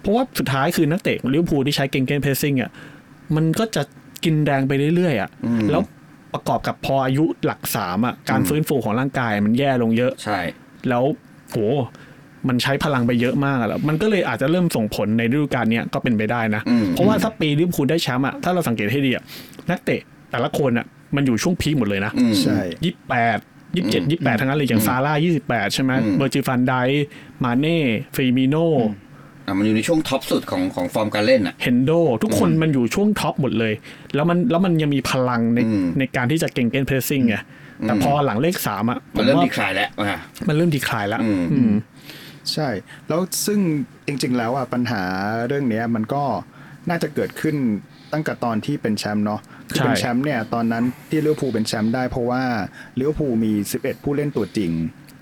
เพราะว่าสุดท้ายคือนักเตะลิเวอร์พูลที่ใช้เก่งเกมเพรสซิ่งอ่ะมันก็จะกินแดงไปเรื่อยๆอ่ะ อืม แล้วประกอบกับพออายุหลักสามอ่ะการฟื้นฟูของร่างกายมันแย่ลงเยอะ ใช่ แล้วโหมันใช้พลังไปเยอะมากอะแล้วมันก็เลยอาจจะเริ่มส่งผลในฤดูกาลเนี้ยก็เป็นไปได้นะ อืม เพราะว่าถ้าปีลิเวอร์พูลได้แชมป์อ่ะถ้าเราสังเกตให้ดีอ่ะนักเตะแต่ละคนอ่ะมันอยู่ช่วงพีคหมดเลยนะ อืม ใช่ ยี่สิบแปดยี่สิบเจ็ดยี่สิบแปดทั้งนั้นเลยอย่างซาร่ายี่สิบแปดใช่ไหม อืม เบอร์จิฟันไดค์มาเน่ฟรีมิโน อ่ะมันอยู่ในช่วงท็อปสุดของของฟอร์มการเล่นอ่ะ เฮนโดทุกคนมันอยู่ช่วงท็อปหมดเลย แล้วมันแล้วมันยังมีพลังใน อืม ในการที่จะเก่งเกนเพรสซิ่งไงแต่พอหลังเลขสามอ่ะผ มัน ม เริ่ม ว่า ดีคลายแล้วอ่ะ มันเริ่มดีคลายแล้ว อืม อืม ใช่ แล้วซึ่งจริงๆ แล้วอ่ะปัญหาเรื่องเนี้ยมันก็น่าจะเกิดขึ้นตั้งแต่ตอนที่เป็นแชมป์เนาะ ใช่ เป็นแชมป์เนี่ยตอนนั้นที่ลิเวอร์พูลเป็นแชมป์ได้เพราะว่าลิเวอร์พูลมี 11 ผู้เล่นตัวจริง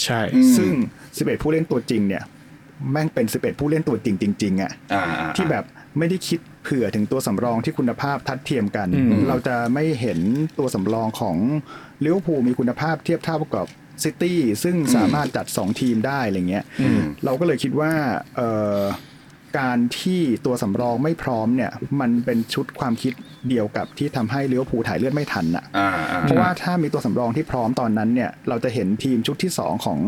ใช่ อืม ซึ่ง 11 ผู้เล่นตัวจริงเนี่ยแม่งเป็น 11 ผู้เล่นตัวจริงจริงๆอะ อ่าอ่า ที่แบบไม่ได้คิดเผื่อถึงตัวสำรองที่คุณภาพทัดเทียมกัน อืม เราจะไม่เห็นตัวสำรองของลิเวอร์พูลมีคุณภาพเทียบเท่ากับซิตี้ซึ่งสามารถจัด 2 ทีมได้อะไรเงี้ยเราก็เลยคิดว่าเอ่อการที่ตัวสำรองไม่พร้อมเนี่ยมันเป็นชุดความคิดเดียวกับที่ทำให้ลิเวอร์พูลถ่ายเลือดไม่ทันน่ะ อ่าอ่า เพราะว่าถ้ามีตัวสำรองที่พร้อมตอนนั้นเนี่ย เราจะเห็นทีมชุดที่ 2 ของ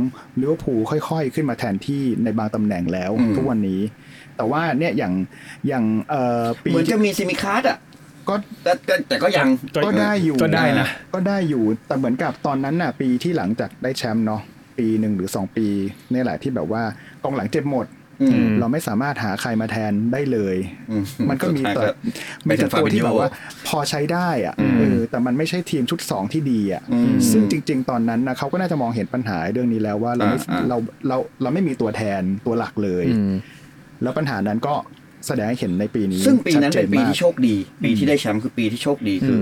ลิเวอร์พูลค่อยๆ ขึ้นมาแทนที่ในบางตำแหน่งแล้วทุกวันนี้ แต่ว่าเนี่ยอย่างอย่างเอ่อปี เหมือนจะมีซิมิคาร์ดอ่ะ ก็ แต่แต่แต่ก็ยัง ก็ได้อยู่ ก็ได้นะ ก็ได้อยู่แต่เหมือนกับตอนนั้นน่ะปีที่หลังจากได้แชมป์เนาะปีหนึ่งหรือ 2 ปีเนี่ยแหละที่แบบว่ากองหลังเจ็บหมด อืม เราไม่สามารถหาใครมาแทนได้เลย อืม มันก็มี สุดท้าย แต่ ก็ มีแต่ตัวที่ ไปถึงฟาบิโญ แบบว่าพอใช้ได้อะเออแต่มันไม่ใช่ทีมชุดสองที่ดีอะ อืม ซึ่งจริง ๆ ตอนนั้นนะเขาก็น่าจะมองเห็นปัญหาเรื่องนี้แล้วว่าเราไม่ อ่าอ่า เราเราเราไม่มีตัวแทนตัวหลักเลย อืม แล้วปัญหานั้นก็แสดงให้เห็นในปีนี้ ซึ่งปีนั้นเป็นปี ชัดจมาก ที่โชคดี ปีที่ได้แชมป์คือปีที่โชคดีคือ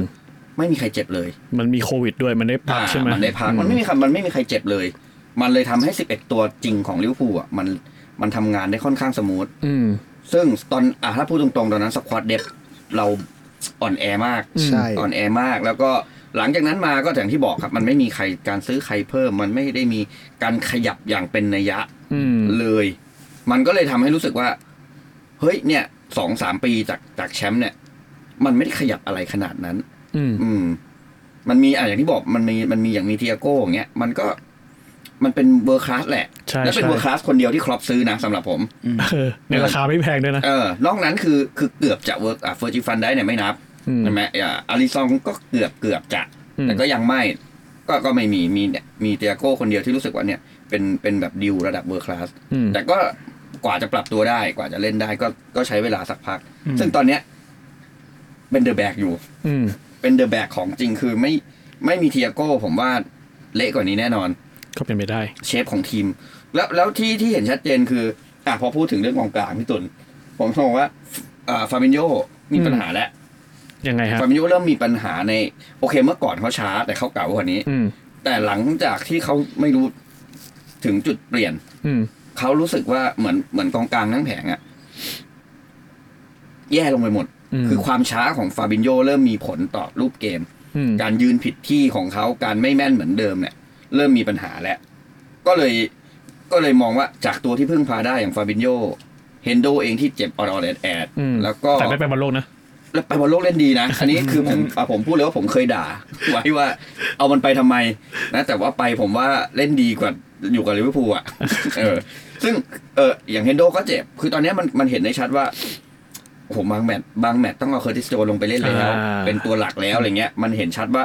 ไม่มีใครเจ็บเลย มันมีโควิดด้วยมันได้พักใช่ไหม มันได้พักมันไม่มีใครมันไม่มีใครเจ็บเลย มันเลยทำให้ 11 ตัวจริงของลิเวอร์พูลอ่ะมันมันทำงานได้ค่อนข้างสมูท อืม ซึ่งตอนอ่ะถ้าพูดตรงๆ ตอนนั้นสควอตเด็บเราอ่อนแอมาก ใช่ อ่อนแอมากแล้วก็หลังจากนั้นมาก็อย่างที่บอกครับ มันไม่มีใครการซื้อใครเพิ่ม มันไม่ได้มีการขยับอย่างเป็นนัยยะ อืม เลย มันก็เลยทำให้รู้สึกว่า เฮ้ยเนี่ยสองสามปีจากจากแชมป์เนี่ย มันไม่ได้ขยับอะไรขนาดนั้น อืม อืม มันมีอ่ะอย่างที่บอกมันมีมันมีอย่างมีเทียโก้อย่างเงี้ยมันก็มันเป็นเวอร์คลาสแหละ ใช่ และเป็น ใช่ เวอร์คลาสคนเดียวที่ครอปซื้อนะสำหรับผม เออในราคาไม่แพงด้วยนะ เออนอกนั้นคือคือเกือบจะเวิร์กอ่ะเฟอร์จิฟันได้เนี่ยไม่นับ อืม ใช่ไหมอ่าอาริซองก็เกือบเกือบจะ อืม แต่ก็ยังไม่ ก็ก็ไม่มีมีเนี่ยมีเตียโก้คนเดียวที่รู้สึกว่าเนี่ย เป็นเป็นแบบดิวระดับเวอร์คลาส อืม แต่ก็กว่าจะปรับตัวได้กว่าจะเล่นได้ก็ก็ใช้เวลาสักพัก ซึ่งตอนเนี้ยเป็นเดอะแบกอยู่ อืม เป็นเดอะแบกของจริงคือไม่ไม่มีเทียโก้ผมว่าเละกว่านี้แน่นอน ก็เป็นไปได้ เชฟของทีม แล้วแล้วที่ที่เห็นชัดเจนคือ อ่ะพอพูดถึงเรื่องกองกลางพี่ตุนผมมองว่าอ่าฟาบินโยมีปัญหาแล้ว ยังไงฮะ ฟาบินโยเริ่มมีปัญหาใน โอเคเมื่อก่อนเขาช้าแต่เขาเก่ากว่านี้ อืม แต่หลังจากที่เขาไม่รู้ถึงจุดเปลี่ยน อืม เขารู้สึกว่าเหมือนเหมือนกองกลางทั้งแผงอะแย่ลงไปหมด อืม คือความช้าของฟาบินโยเริ่มมีผลต่อรูปเกม อืม การยืนผิดที่ของเขาการไม่แม่นเหมือนเดิมเนี่ย เริ่มมีปัญหาแล้ว ก็เลยก็เลยมองว่าจากตัวที่พึ่งพาได้อย่างฟาบินโยเฮนโดเองที่เจ็บออดออดแอดแอด อืม แล้วก็ แต่ไม่ไปบอลโลกนะ แล้วไปบอลโลกเล่นดีนะ อันนี้คือผมอ่ะผมพูดเลยว่าผมเคยด่า ไว้ว่าเอามันไปทำไมนะ แต่ว่าไปผมว่าเล่นดีกว่าอยู่กับลิเวอร์พูลอ่ะ เออ ซึ่งเอออย่างเฮนโดก็เจ็บ คือตอนเนี้ยมันมันเห็นได้ชัดว่าโอ้โหบางแมตช์บางแมตช์ต้องเอาเคอร์ติสโจนลงไปเล่นแล้ว อ่า เป็นตัวหลักแล้วอะไรเงี้ย มันเห็นชัดว่า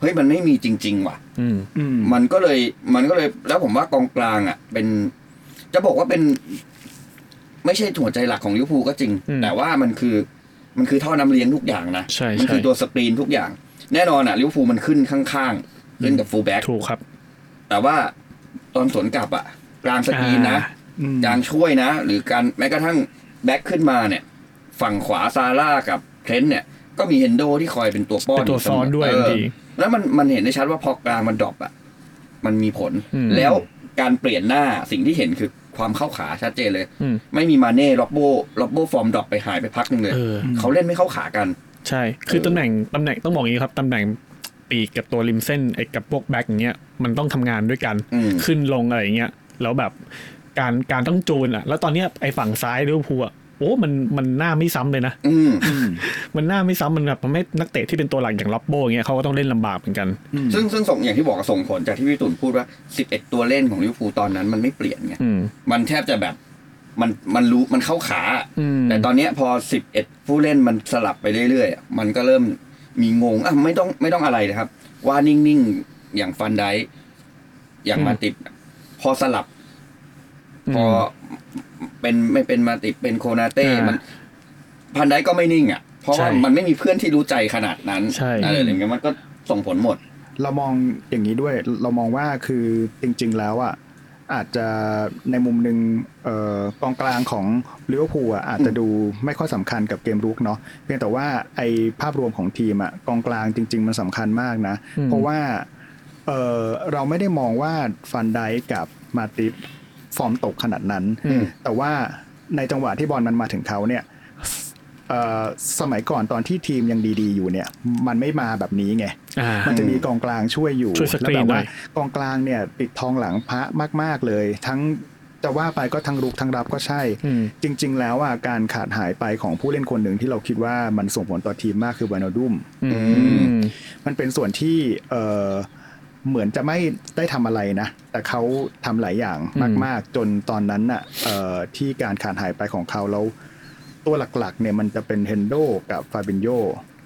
เฮ้ยมันไม่มีจริง ๆ ว่ะ อืม อืม มันก็เลยมันก็เลยแล้วผมว่ากองกลางอ่ะ เป็น จะบอกว่าเป็น ไม่ใช่หัวใจหลักของลิเวอร์พูลก็จริง อืม แต่ว่ามันคือ มันคือท่อน้ำเลี้ยงทุกอย่างนะ ใช่ มัคือ ใช่ ตัวสกรีนทุกอย่าง แน่นอนอ่ะลิเวอร์พูลมันขึ้นข้างๆขึ้นกับฟูลแบ็ก ถูกครับ แต่ว่าตอนสวนกลับอ่ะ กลางสกรีนนะ อ่า อืม การช่วยนะ หรือการแม้กระทั่งแบ็กขึ้นมาเนี่ย ฝั่งขวาซาร่ากับเทรนต์เนี่ย ก็มีเฮนโดที่คอยเป็นตัวป้อน เป็นตัวซ้อนด้วย เ บางที แล้วมันมันเห็นได้ชัดว่าพอกลางมันดรอปอ่ะมันมีผล อืม แล้วการเปลี่ยนหน้าสิ่งที่เห็นคือความเข้าขาชัดเจนเลย อืม ไม่มีมาเน่ล็อบโบล็อบโบฟอร์มดรอปไปหายไปพักหนึงเลย เออ เขาเล่นไม่เข้าขากัน ใช่ คือ เออ ตำแหน่งตำแหน่งต้องบอกอย่างนี้ครับ ตำแหน่งปีกกับตัวริมเส้นไอ้กับพวกแบ็กอย่างเงี้ย มันต้องทำงานด้วยกัน อืม ขึ้นลงอะไรอย่างเงี้ย แล้วแบบการการต้องจูนอ่ะ แล้วตอนเนี้ยไอ้ฝั่งซ้ายลิเวอร์พูลอ่ะ โอ้มันมันหน้าไม่ซ้ำเลยนะ อืม มันหน้าไม่ซ้ำมันแบบมันไม่นักเตะที่เป็นตัวหลักอย่างล็อบโบอย่างเงี้ยเขาก็ต้องเล่นลำบากเหมือนกัน ซึ่งซึ่งส่งอย่างที่บอกอะส่งผลจากที่พี่ตุ่นพูดว่า 11 ตัวเล่นของลิเวอร์พูลตอนนั้นมันไม่เปลี่ยนไง อืม มันแทบจะแบบมันมันรู้มันเข้าขา อืม แต่ตอนเนี้ยพอสิบเอ็ดผู้เล่นมันสลับไปเรื่อยๆอ่ะมันก็เริ่มมีงงอ่ะไม่ต้องไม่ต้องอะไรนะครับ ว่านิ่งๆ อย่างฟันไดค์อย่างมาติด พอสลับ พอเป็นไม่เป็นมาติดเป็นโคนาเต้ อ่ามั มันพันไดค์ก็ไม่นิ่งอ่ะ เพราะ ใช่ ว่ามันไม่มีเพื่อนที่รู้ใจขนาดนั้น ใช่ อะไรอย่างเงี้ยมันก็ส่งผลหมด เรามองอย่างนี้ด้วยเรามองว่าคือจริง ๆ แล้วอะ อาจจะในมุมหนึ่งเอ่อกองกลางของลิเวอร์พูลอะอาจจะดูไม่ค่อยสำคัญกับเกมรุกเนาะเพียงแต่ว่าไอภาพรวมของทีมอะกองกลางจริง ๆ มันสำคัญมากนะ อืม เพราะว่าเอ่อเราไม่ได้มองว่าฟันไดกับมาติฟฟอร์มตกขนาดนั้น อืม แต่ว่าในจังหวะที่บอลมันมาถึงเขาเนี่ยเอ่อสมัยก่อนตอนที่ทีมยังดี ๆ อยู่เนี่ย มันไม่มาแบบนี้ไง อ่า มันจะมีกองกลางช่วยอยู่ ช่วยสก แล้ว รีน แบบ หน่อว่าย กองกลางเนี่ยปิดทองหลังพระมาก ๆเลย ทั้งจะว่าไปก็ทั้งรุกทั้งรับก็ใช่ อืม จริง ๆ แล้วอ่ะการขาดหายไปของผู้เล่นคนหนึ่งที่เราคิดว่ามันส่งผลต่อทีมมากคือวานอดุม อืม มันเป็นส่วนที่เอ่อเหมือนจะไม่ได้ทำอะไรนะ แต่เขาทำหลายอย่าง อืม มาก ๆ จนตอนนั้นน่ะเอ่อที่การขาดหายไปของเขาแล้วตัวหลัก ๆ เนี่ยมันจะเป็นเฮนโดกับฟาบินโย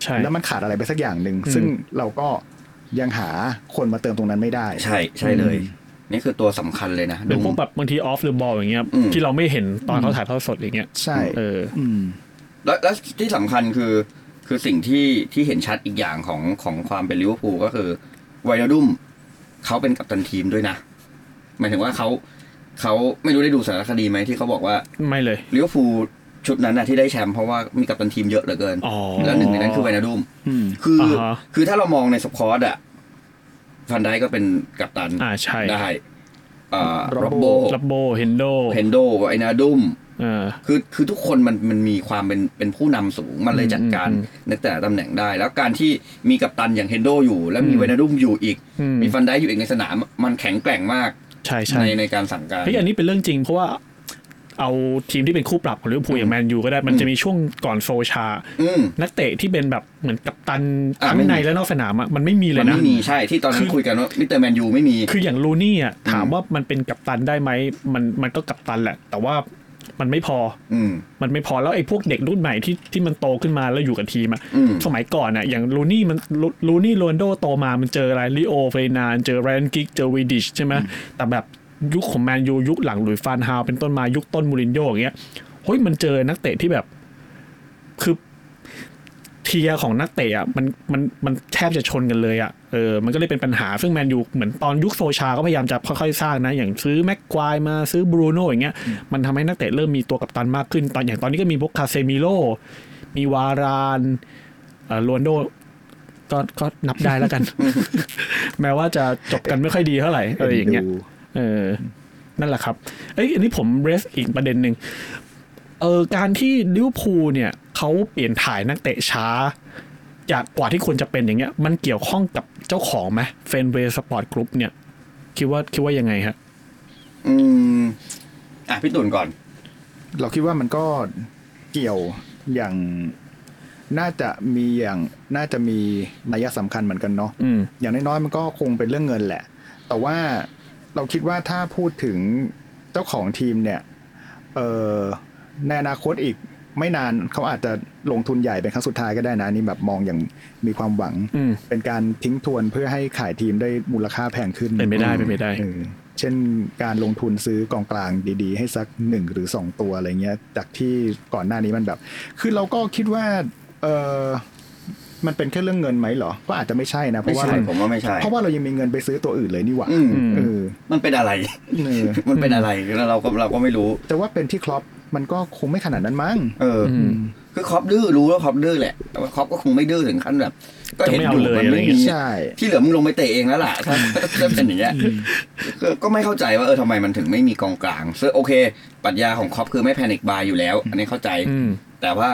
ใช่ แล้วมันขาดอะไรไปสักอย่างหนึ่ง อืม ซึ่งเราก็ยังหาคนมาเติมตรงนั้นไม่ได้ ใช่ใช่เลย นี่คือตัวสำคัญเลยนะ เป็นพ ดู วกแบบบางทีออฟหรือบอลอย่างเงี้ย อืม ที่เราไม่เห็นตอนเขาถ่ายทอดสดอย่างเงี้ย ใช่ เออ อืม แล้วแล้วที่สำคัญคือคือสิ่งที่ที่เห็นชัดอีกอย่างของของความเป็นลิเวอร์พูลก็คือไวนอดุมเขาเป็นกัปตันทีมด้วยนะ หมายถึงว่าเขาเขาไม่รู้ได้ดูสารคดีไหมที่เขาบอกว่า ไม่เลย ลิเวอร์พูลชุดนั้นนะที่ได้แชมป์เพราะว่ามีกัปตันทีมเยอะเหลือเกิน อ๋อ แล้วหนึ่งในนั้นคือไวนอดุม อืม คืออา ฮะ คือถ้าเรามองในสควอตอะฟันไดก็เป็นกัปตัน อ่าใช่ ได้อ่า โร โรบโบโบ ลับโบเฮนโด เฮนโดไอนาดุม เออ คือคือทุกคนมันมันมีความเป็นเป็นผู้นำสูง มันเลยจัดการ อืม ในแต่ละตำแหน่งได้ แล้วการที่มีกัปตันอย่างเฮนโดอยู่ แล้วมี อืม ไวนาดุมอยู่อีก อืม มีฟันไดอยู่อีกในสนาม มันแข็งแกร่งมาก ใช่ใช่ ในในการสั่งการ เฮ้ยอันนี้เป็นเรื่องจริงเพราะว่าเอาทีมที่เป็นคู่ปรับของลิเวอร์พูลอย่างแมนยูก็ได้มันจะมีช่วงก่อนโซลชาร์ อืม นักเตะที่เป็นแบบเหมือนกัปตัน อ่ะ ทั้ง ไม่มี ในและนอกสนามอะมันไม่มีเล มั ย น นะ ไม่มีใช่ที่ตอนนั้ คื น อ คุยกันว่ามิสเตอร์แมนยูไม่มี คืออย่างลูนี่อะถาม อืม ว่ามันเป็นกัปตันได้ไหมมันมันก็กัปตันแหละ แต่ว่ามันไม่พอ อืม มันไม่พอแล้วไอ้พวกเด็กรุ่นใหม่ที่ที่มันโตขึ้นมาแล้วอยู่กับทีมอะ อืม สมัยก่อนอะอย่างลูนี่มันลูลูนี่โรนลโดโตมามันเจออะไรลิโอเฟรนานเจอแรนกิกเจอวีดิชใช่ไหมแต่แบบยุคของแมนยูยุคหลังหลุยส์ฟานฮาวเป็นต้นมายุคต้นมูรินโญ่อย่างเงี้ย เฮ้ยมันเจอนักเตะที่แบบ คือเทียร์ของนักเตะอ่ะมันมันมันแทบจะชนกันเลยอ่ะเออมันก็เลยเป็นปัญหาซึ่งแมนยูเหมือนตอนยุคโซชาก็พยายามจะค่อยๆสร้างนะ อย่างซื้อแม็กควายมาซื้อบรูโน่อย่างเงี้ยมันทำให้นักเตะเริ่มมีตัวกัปตันมากขึ้น ตอนอย่างตอนนี้ก็มีพวกคาเซมิโลมีวารานเอ่อลวนโดก็ก็นับได้แล้วกัน แม้ว่าจะจบกันไม่ค่อยดีเท่าไหร่อะไรอย่างเงี้ย เออ นั่นแหละครับ เอ้ย อันนี้ผมเรสอีกประเด็นหนึ่ง เออ การที่ลิเวอร์พูลเนี่ย เขาเปลี่ยนถ่ายนักเตะช้า จากกว่าที่ควรจะเป็นอย่างเงี้ย มันเกี่ยวข้องกับเจ้าของไหมเฟนเวสปอร์ตกรุ๊ปเนี่ย คิดว่าคิดว่ายังไงฮะ อืมอ่ะพี่ตุ่นก่อน เราคิดว่ามันก็เกี่ยวอย่างน่าจะมีอย่างน่าจะมีนัยสำคัญเหมือนกันเนาะ อืม อย่างน้อยๆมันก็คงเป็นเรื่องเงินแหละ แต่ว่าเราคิดว่าถ้าพูดถึงเจ้าของทีมเนี่ย เออในอนาคตอีกไม่นานเขาอาจจะลงทุนใหญ่เป็นครั้งสุดท้ายก็ได้นะอันนี่แบบมองอย่างมีความหวัง อืม เป็นการทิ้งทวนเพื่อให้ขายทีมได้มูลค่าแพงขึ้น เป็นไม่ได้ เป็นไม่ได้ เออเช่นการลงทุนซื้อกองกลางดีๆ ให้สักหนึ่งหรือสองตัวอะไรเงี้ย จากที่ก่อนหน้านี้มันแบบ คือเราก็คิดว่า เออมันเป็นแค่เรื่องเงินไหมเหรอ ก็อาจจะไม่ใช่นะเพ ไม่ ราะว่า ใช่ เรา ผมว่าไม่ใช่ เพราะว่าเรายังมีเงินไปซื้อตัวอื่นเลยนี่หว่า อืม เออ มันเป็นอะไร เออ มันเป็นอะไรแล้วเราก็เราก็ไม่รู้ แต่ว่าเป็นที่ครอปมันก็คงไม่ขนาดนั้นมั้ง เอออ อืม คือครอปดื้อรู้ว่าครอปดื้อแหละแต่ว่าครอปก็คงไม่ดื้อถึงขั้นแบบ ก็เห็นอยู่ จะไม่เอาเลย มัน อะไร ไม่ อย่างเงี้ มี ย ใช่ ที่เหลือมึงลงไปเตะเองแล้วล่ะ ถ้าถ้าเป็นอย่างเงี้ยก็ก็ไม่เข้าใจว่าเออทำไมมันถึงไม่มีกองกลางซึ่งโอเค ปรัชญาของครอปคือไม่แพนิคบายอยู่แล้ว อันนี้เข้าใจ อืม แต่ว่า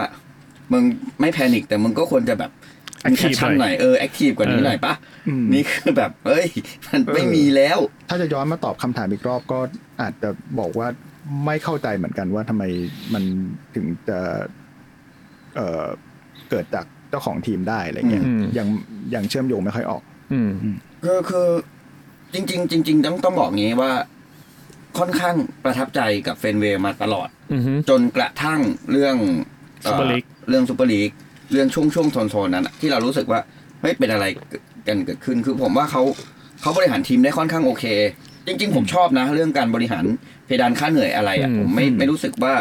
มึงไม่แพนิคแต่มึงก็ควรจะแบบมีแค Active ชั่นหน่อยเออแอคทีฟกว่านี้ เออ หน่อยปะ อืม นี่คือแบบ เอ้ย มันไม่มีแล้ว ถ้าจะย้อนมาตอบคำถามอีกรอบก็อาจจะบอกว่าไม่เข้าใจเหมือนกันว่าทำไมมันถึงจะเอ่อเกิดจากเจ้าของทีมได้อะไรเงี้ย อืม ยังยังเชื่อมโยงไม่ค่อยออก อืม คือคือจริง ๆ จริง ๆ ต้องต้องบอกงี้ว่าค่อนข้างประทับใจกับเฟนเวย์มาตลอด อืม จนกระทั่งเรื่องเอ่อ Super League เรื่องซูเปอร์ลีกเรื่องช่วงช่วงโซนๆนั้นอะที่เรารู้สึกว่าไม่เป็นอะไรกันเกิดขึ้นคือผมว่าเขาเขาบริหารทีมได้ค่อนข้างโอเค จริง ๆ ผมชอบนะ เรื่องการบริหารเพดานค่าเหนื่อยอะไรอะ อืม ผมไม่ไม่รู้สึกว่า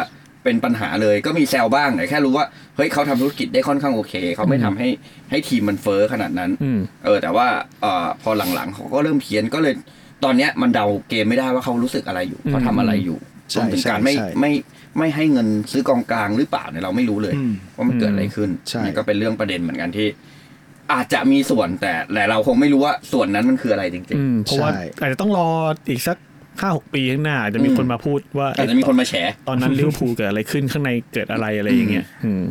เป็นปัญหาเลยก็มีแซวบ้างแต่แค่รู้ว่าเฮ้ยเขาทำธุรกิจได้ค่อนข้างโอเคเขาไม่ทำให้ให้ทีมมันเฟ้อขนาดนั้น อืม เออแต่ว่าเออพอหลังๆเขาก็เริ่มเพี้ยนก็เลย ตอนเนี้ยมันเดาเกมไม่ได้ว่าเขารู้สึกอะไรอยู่เขาทำอะไรอยู่ ใช่ รวมถึงการไม่ ใช่ใช่ ไม่ไม่ให้เงินซื้อกองกลางหรือเปล่าเนี่ยเราไม่รู้เลย อืม ว่ามันเกิดอะไรขึ้น ใช่ นี่ก็เป็นเรื่องประเด็นเหมือนกันที่ อาจจะมีส่วนแต่แต่เราคงไม่รู้ว่าส่วนนั้นมันคืออะไรจริง อืมเพราะว่า ใช่ อาจจะต้องรออีกสักห้าหกปีข้างหน้าอาจจะมี อืม คนมาพูดว่า ๆอาจจะมีคนมาแฉ ตอนนั้นลิเวอร์พูลเกิดอะไรขึ้นข้างในเกิดอะไรอะไรอย่างเงี้ยอืม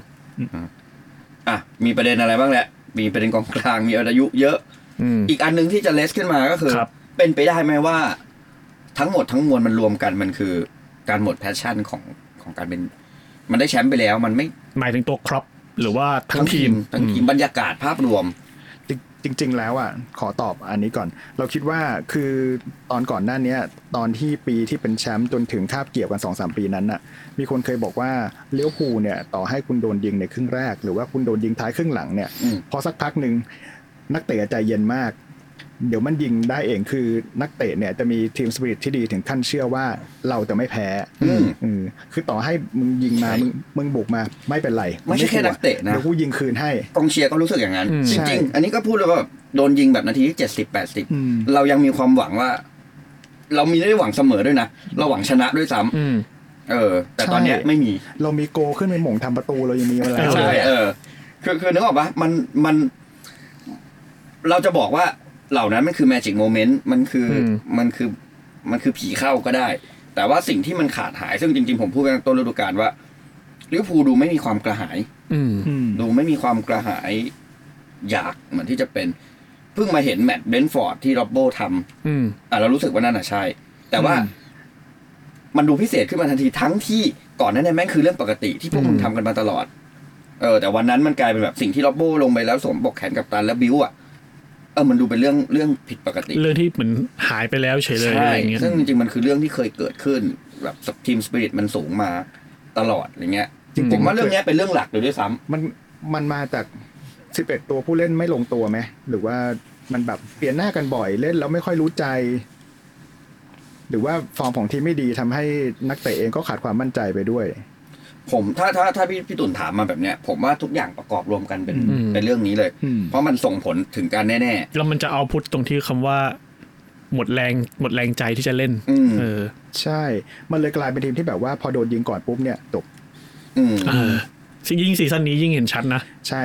อ่ะมีประเด็นอะไรบ้างแหละ มีประเด็นกองกลางมีอายุเยอะ อืม อีกอันหนึ่งที่จะเลสขึ้นมาก็คือ ครับ เป็นไปได้ไหมว่า ทั้งหมดทั้งมวลมันรวมกันมันคือ การหมดแพชชั่นของของการเป็น มันได้แชมป์ไปแล้ว มันไม่ หมายถึงตัวครอปหรือว่าทั้งทีม ทั้งทีมบรรยากาศภาพรวม จริงจริง ๆ แล้วอ่ะขอตอบอันนี้ก่อน เราคิดว่าคือตอนก่อนหน้าเนี้ยตอนที่ปีที่เป็นแชมป์จนถึงคาบเกี่ยวกัน2อสปีนั้นน่ะมีคนเคยบอกว่าเลี้ยวภูลเนี่ยต่อให้คุณโดนยิงในครึ่งแรก หรือว่าคุณโดนยิงท้ายครึ่งหลังเนี่ย อืม พอสักพักหนึ่งนักเตะใจเย็นมาก เดี๋ยวมันยิงได้เองคือนักเตะเนี่ยจะมีทีมสปิริตที่ดีถึงขั้นเชื่อว่าเราจะไม่แพ้ อืม เออคือต่อให้มึงยิงมามึงมึงบุกมาไม่เป็นไร ไม่ใช่แค่นักเตะนะ เดี๋ยวกูยิงคืนให้ กองเชียร์ก็รู้สึกอย่างนั้น จ ใช่ ริง ๆ อันนี้ก็พูดแล้วก็แบบโดนยิงแบบนาทีที่เจ็ดสิบแปดสิบ อืม เรายังมีความหวังว่า เรามีได้หวังเสมอด้วยนะเราหวังชนะด้วยซ้ำ อืม เออ แต่ตอนเนี้ย ใช่ ไม่มี เรามีโกลขึ้นไปหม่งทำประตูเรายังมีมาแล้ว ใช่ ใช่เออคือคือนึกออกปะมันมัน เราจะบอกว่าเหล่านั้นมันคือแมจิกโมเมนต์มันคืออ ม มันคือมันคือผีเข้าก็ได้ แต่ว่าสิ่งที่มันขาดหาย ซึ่งจริงๆ ผมพูดไปตั้งต้นฤดูกาลว่าลิเวอร์พูลดูไม่มีความกระหาย อืม อืม ดูไม่มีความกระหายอยากเหมือนที่จะเป็น เพิ่งมาเห็นแมตช์เบรนท์ฟอร์ดที่ล็อบโบทำ อืม อ่ะเรารู้สึกว่านั่นอ่ะใช่ แต่ว่ามันดูพิเศษขึ้นมาทันทีทั้งที่ก่อนหนั้นเนี่ยแม่งคือเรื่องปกติที่พวกมึงทำกันมาตลอด เออ แต่วันนั้นมันกลายเป็นแบบสิ่งที่ล็อบโบ้ลงไปแล้วสวมบอกแขนกับตันแล้วบิวอ่ะเออมันดูเป็นเรื่องเรื่องผิดปกติ เรื่องที่เหมือนหายไปแล้วเฉยเลยอะ ใช่ ไรอย่างเงี้ย ซึ่งจริงๆมันคือเรื่องที่เคยเกิดขึ้น แบบทีมสปิริตมันสูงมาตลอดอย่างเงี้ย จริงๆ ผมว่า มันเรื่อเกิดงเนี้ยเป็นเรื่องหลักเลยด้วยซ้ำ มันมันมาจาก 11 ตัวผู้เล่นไม่ลงตัวไหมหรือว่ามันแบบเปลี่ยนหน้ากันบ่อยเล่นแล้วไม่ค่อยรู้ใจ หรือว่าฟอร์มของทีมไม่ดีทำให้นักเตะเองก็ขาดความมั่นใจไปด้วย ผมถ้าถ้าถ้าพี่พี่ตุ่นถามมาแบบเนี้ย ผมว่าทุกอย่างประกอบรวมกันเป็น อืม เป็นเรื่องนี้เลย อืม เพราะมันส่งผลถึงการแน่ แล้วมันจะเอาพุทธตรงที่คำว่า หมดแรงหมดแรงใจที่จะเล่น อืม เออ ใช่ มันเลยกลายเป็นทีมที่แบบว่าพอโดนยิงก่อนปุ๊บเนี่ยตก ๆ อืม เออซึ่งยิ่งซีซั่นนี้ยิ่งเห็นชัดนะ ใช่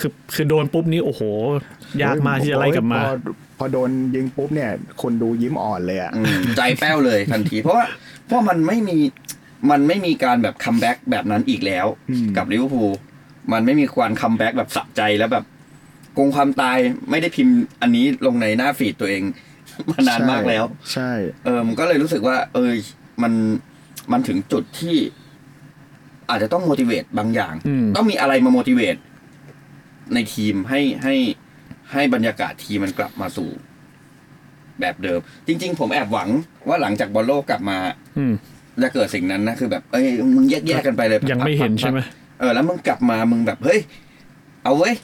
คือคือโดนปุ๊บนี่โอ้โห ยากมากที่จะไล่กลับมา พอพอโดนยิงปุ๊บเนี่ย คนดูยิ้มอ่อนเลยอะ อืมใจแป้วเลยทันที เพราะว่าเพราะมันไม่มีมันไม่มีการแบบคัมแบ็กแบบนั้นอีกแล้ว อืม กับลิเวอร์พูลมันไม่มีการคัมแบ็กแบบสะใจแล้วแบบโกงความตายไม่ได้พิมพ์อันนี้ลงในหน้าฟีดตัวเอง มานานมากแล้ว ใช่ เออมันก็เลยรู้สึกว่า เอยมันมันถึงจุดที่อาจจะต้อง motivate บางอย่าง อืม ต้องมีอะไรมา motivate ในทีมให้ให้ให้บรรยากาศทีมมันกลับมาสู่ แบบเดิม จริง ๆ ผมแอบหวังว่าหลังจากบอลโลกกลับมา อืม จะเกิดสิ่งนั้นนะคือแบบ เอ้ยมึงแยกแยกกันไปเลย ยังไม่เห็นใช่ไหม เออแล้วมึงกลับมามึงแบบเฮ้ย เอาเว้ย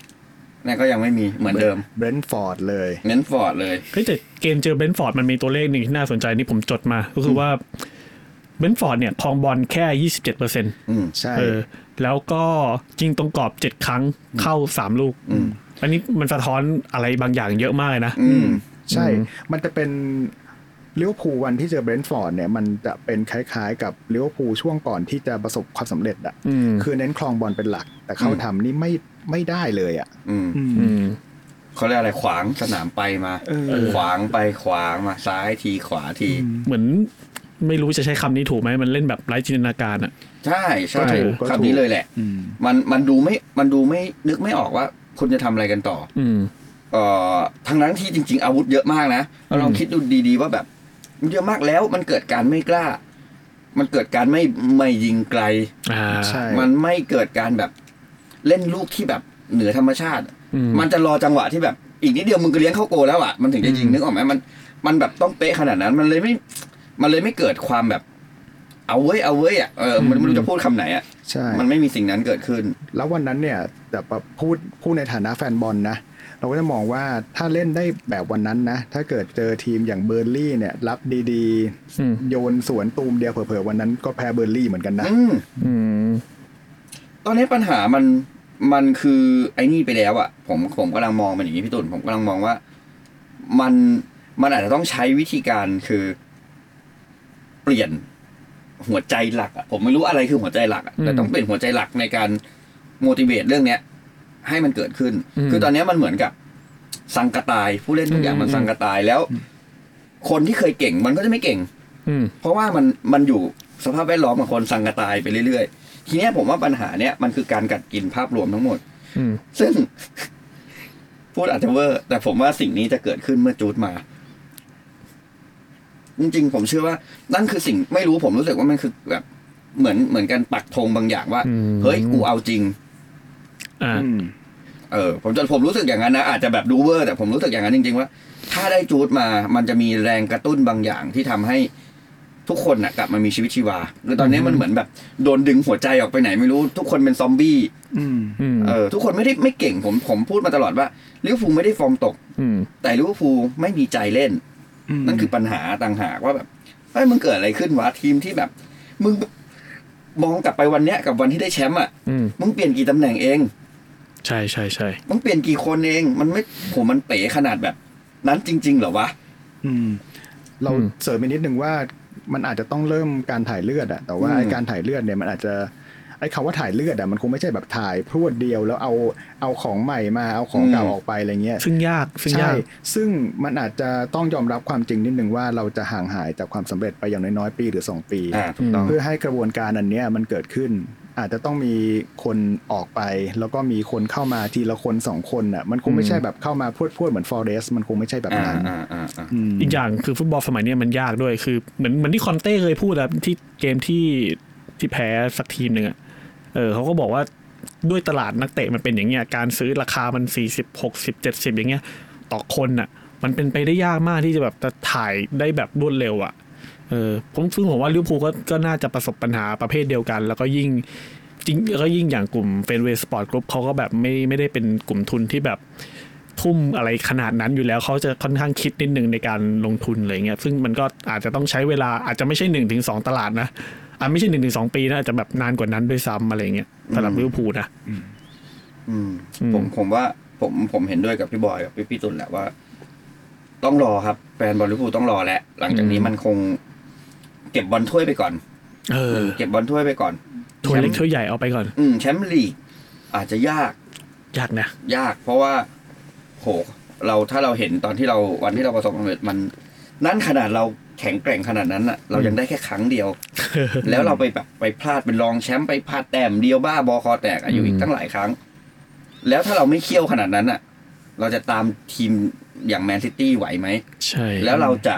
นั่นก็ยังไม่มีเหมือนเดิม เบรนท์ฟอร์ดเลย เน้นฟอร์ดเลย เฮ้ยแต่เกมเจอเบรนท์ฟอร์ดมันมีตัวเลขหนึ่งที่น่าสนใจนี่ผมจดมา ก็คือว่าเบรนท์ฟอร์ดเนี่ยครองบอลแค่ยี่สิบเจ็ดเปอร์เซ็นต์ อืม ใช่ เออ แล้วก็ยิงตรงกรอบเจ็ดครั้งเข้าสามลูกอันนี้มันสะท้อนอะไรบางอย่างเยอะมากเลยนะ อืม ใช่ มันจะเป็นลิเวอร์พูลวันที่เจอเบรนท์ฟอร์ดเนี่ย มันจะเป็นคล้ายๆ กับลิเวอร์พูลช่วงก่อนที่จะประสบความสำเร็จอะ อืม คือเน้นคลองบอลเป็นหลัก แต่เขา อืม ทำนี่ไม่ไม่ได้เลยอะ อืม อืม เขาเรียกอะไรขวางสนามไปมา ขวางไปขวางมาซ้ายทีขวาที เหมือนไม่รู้จะใช้คำนี้ถูกไหมมันเล่นแบบไร้จินตนาการอะ ใช่ใช่ ก็ถูก คำนี้เลยแหละ อืม มันมันดูไม่มันดูไม่นึกไม่ออกว่าคุณจะทำอะไรกันต่อ อืม เอ่อทั้งนั้นที่จริง ๆ อาวุธเยอะมากนะเราลองคิดดูดีๆว่าแบบมันเยอะมากแล้วมันเกิดการไม่กล้า มันเกิดการไม่ไม่ยิงไกล อ่า ใช่ มันไม่เกิดการแบบเล่นลูกที่แบบเหนือธรรมชาติ อืม มันจะรอจังหวะที่แบบ อีกนิดเดียวมึงก็เลี้ยงเข้าโกลแล้วอ่ะ มันถึงจะยิงนึกออกไหมมัน มันแบบต้องเป๊ะขนาดนั้น มันเลยไม่ มันเลยไม่เกิดความแบบ เอาเว้ยเอาเว้ยอ่ะ เออ มันไม่รู้จะพูดคำไหนอ่ะ ใช่ มันไม่มีสิ่งนั้นเกิดขึ้น แล้ววันนั้นเนี่ยแต่แบบพูดพูดในฐานะแฟนบอลนะ เราก็จะมองว่าถ้าเล่นได้แบบวันนั้นนะ ถ้าเกิดเจอทีมอย่างเบอร์ลี่เนี่ย รับดี อืม ๆ โยนสวนตูมเดียวเผลอๆวันนั้นก็แพ้เบอร์ลี่เหมือนกันนะ อืม อืม ตอนนี้ปัญหามัน มันคือไอ้นี่ไปแล้วอ่ะ ผม ผมกำลังมองมันอย่างนี้พี่ตุ่น ผมกำลังมองว่า มัน มันอาจจะต้องใช้วิธีการคือ เปลี่ยนหัวใจหลักอะผมไม่รู้อะไรคือหัวใจหลักอะแต่ อืม ต้องเปลี่ยนหัวใจหลักในการ motivate เรื่องเนี้ย ให้มันเกิดขึ้น อืม คือตอนเนี้ยมันเหมือนกับสังกะตาย ผู้เล่นทุกอย่าง อืม มันสังกะตายแล้ว คนที่เคยเก่งมันก็จะไม่เก่ง อืม เพราะว่ามันมันอยู่สภาพแวดล้อมกับคนสังกะตายไปเรื่อยๆ ทีเนี้ยผมว่าปัญหาเนี้ยมันคือการกัดกินภาพรวมทั้งหมด อืม ซึ่ง พูดอาจจะเวอร์ แต่ผมว่าสิ่งนี้จะเกิดขึ้นเมื่อจูดมา จริงๆ ผมเชื่อว่า นั่นคือสิ่งไม่รู้ผมรู้สึกว่ามันคือแบบ เหมือนเหมือนกันปักธงบางอย่างว่า อืม เฮ้ยกูเอาจริง อ่า อืม เออผมจะผมรู้สึกอย่างนั้นนะอาจจะแบบดูเวอร์แต่ผมรู้สึกอย่างนั้นจริง ๆ ว่า ถ้าได้จูดมามันจะมีแรงกระตุ้นบางอย่างที่ทำให้ทุกคนนะกลับมามีชีวิตชีวาคือตอนนี้มันเหมือนแบบโดนดึงหัวใจออกไปไหนไม่รู้ ทุกคนเป็นซอมบี้ อืม อืม เออทุกคนไม่ได้ไม่เก่งผมผมพูดมาตลอดว่าลิเวอร์พูลไม่ได้ฟอร์มตก อืม แต่ลิเวอร์พูลไม่มีใจเล่น อืม นั่นคือปัญหาต่างหากว่าแบบเอ้ยมึงเกิดอะไรขึ้นวะทีมที่แบบ มึงมองกลับไปวันเนี้ยกับวันที่ได้แชมป์อ่ะ อืม มึงเปลี่ยนกี่ตำแหน่งเอง ใช่ใช่ใช่ มันเปลี่ยนกี่คนเอง มันไม่โหมันเป๋ขนาดแบบ นั้นจริง ๆ เหรอวะ อืม เราเสริมไปนิดนึงว่ามันอาจจะต้องเริ่มการถ่ายเลือดอะแต่ว่า อืม ไอ้การถ่ายเลือดเนี่ยมันอาจจะไอ้คำว่าถ่ายเลือดอะมันคงไม่ใช่แบบถ่ายพรวดเดียวแล้วเอาเอาของใหม่มาเอาของเก่าออกไปอะไรเงี้ย ซึ่งยากซึ่งยา ใช่ ก ซึ่งมันอาจจะต้องยอมรับความจริงนิดนึงว่าเราจะห่างหายจากความสำเร็จไปอย่างน้อยๆปีหรือ 2 ปี อ่าถูกต้อง เพื่อให้กระบวนการอันเนี้ยมันเกิดขึ้น อาจจะต้องมีคนออกไป แล้วก็มีคนเข้ามาทีละคนสองคนอ่ะมันคงไม่ใช่แบบเข้ามาพรวดๆเหมือนฟอเรสมันคงไม่ใช่แบบ อ่า นั้น อ่าอ่าอ่า อืม อีกอย่างคือฟุตบอลสมัยเนี้ยมันยากด้วยคือเหมือนเหมือนที่คอนเต้เคยพูดอะที่เกมที่ที่แพ้สักทีมหนึ่งอะเออเขาก็บอกว่าด้วยตลาดนักเตะมันเป็นอย่างเงี้ยการซื้อราคามันสี่สิบหกสิบเจ็ดสิบอย่างเงี้ย ต่อคนอะมันเป็นไปได้ยากมากที่จะแบบจะถ่ายได้แบบรวดเร็วอะเออผมซึ่งผมว่าลิเวอร์พูลก็ก็น่าจะประสบปัญหาประเภทเดียวกัน แล้วก็ยิ่งจริงแล้วก็ยิ่งอย่างกลุ่มเฟนเวย์สปอร์ตกรุ๊ปเขาก็แบบไม่ไม่ได้เป็นกลุ่มทุนที่แบบ ทุ่มอะไรขนาดนั้นอยู่แล้วเขาจะค่อนข้างคิดนิดหนึ่งในการลงทุนอะไรเงี้ยซึ่งมันก็อาจจะต้องใช้เวลาอาจจะไม่ใช่หนึ่งถึงสองตลาดนะอ่ะไม่ใช่หนึ่งถึงสองปีนะอาจจะแบบนานกว่านั้นด้วยซ้ำอะไรเงี้ยสำหรับลิเวอร์พูลนะ อืม อืม ผมผมว่า ผมผมเห็นด้วยกับพี่บอยกับพี่พี่ตุลแหละว่า ต้องรอครับแฟนบอลลิเวอร์พูลต้องรอแหละ หลังจากนี้มันคง เก็บบอลถ้วยไปก่อน เออ เก็บบอลถ้วยไปก่อน ถ้วยเล็กถ้วยใหญ่เอาไปก่อน อืมแชมป์ลีกอาจจะยาก ยากนะ ยาก เพราะว่า โห เราถ้าเราเห็นตอนที่เราวันที่เราประสบความสำเร็จมัน นั่นขนาดเราแข็งแกร่งขนาดนั้นอะเรายังได้แค่ครั้ง เดียว แล้วเราไปแบบไปพลาดเป็นรองแชมป์ไปพลาดแต้มเดียวบ้าบอคอแตกอะอยู่อี อื ก ม ตั้งหลายครั้ง แล้วถ้าเราไม่เคี่ยวขนาดนั้นอ่ะ เราจะตามทีมอย่างแมนซิตี้ไหวไหม ใช่ แล้วเราจะ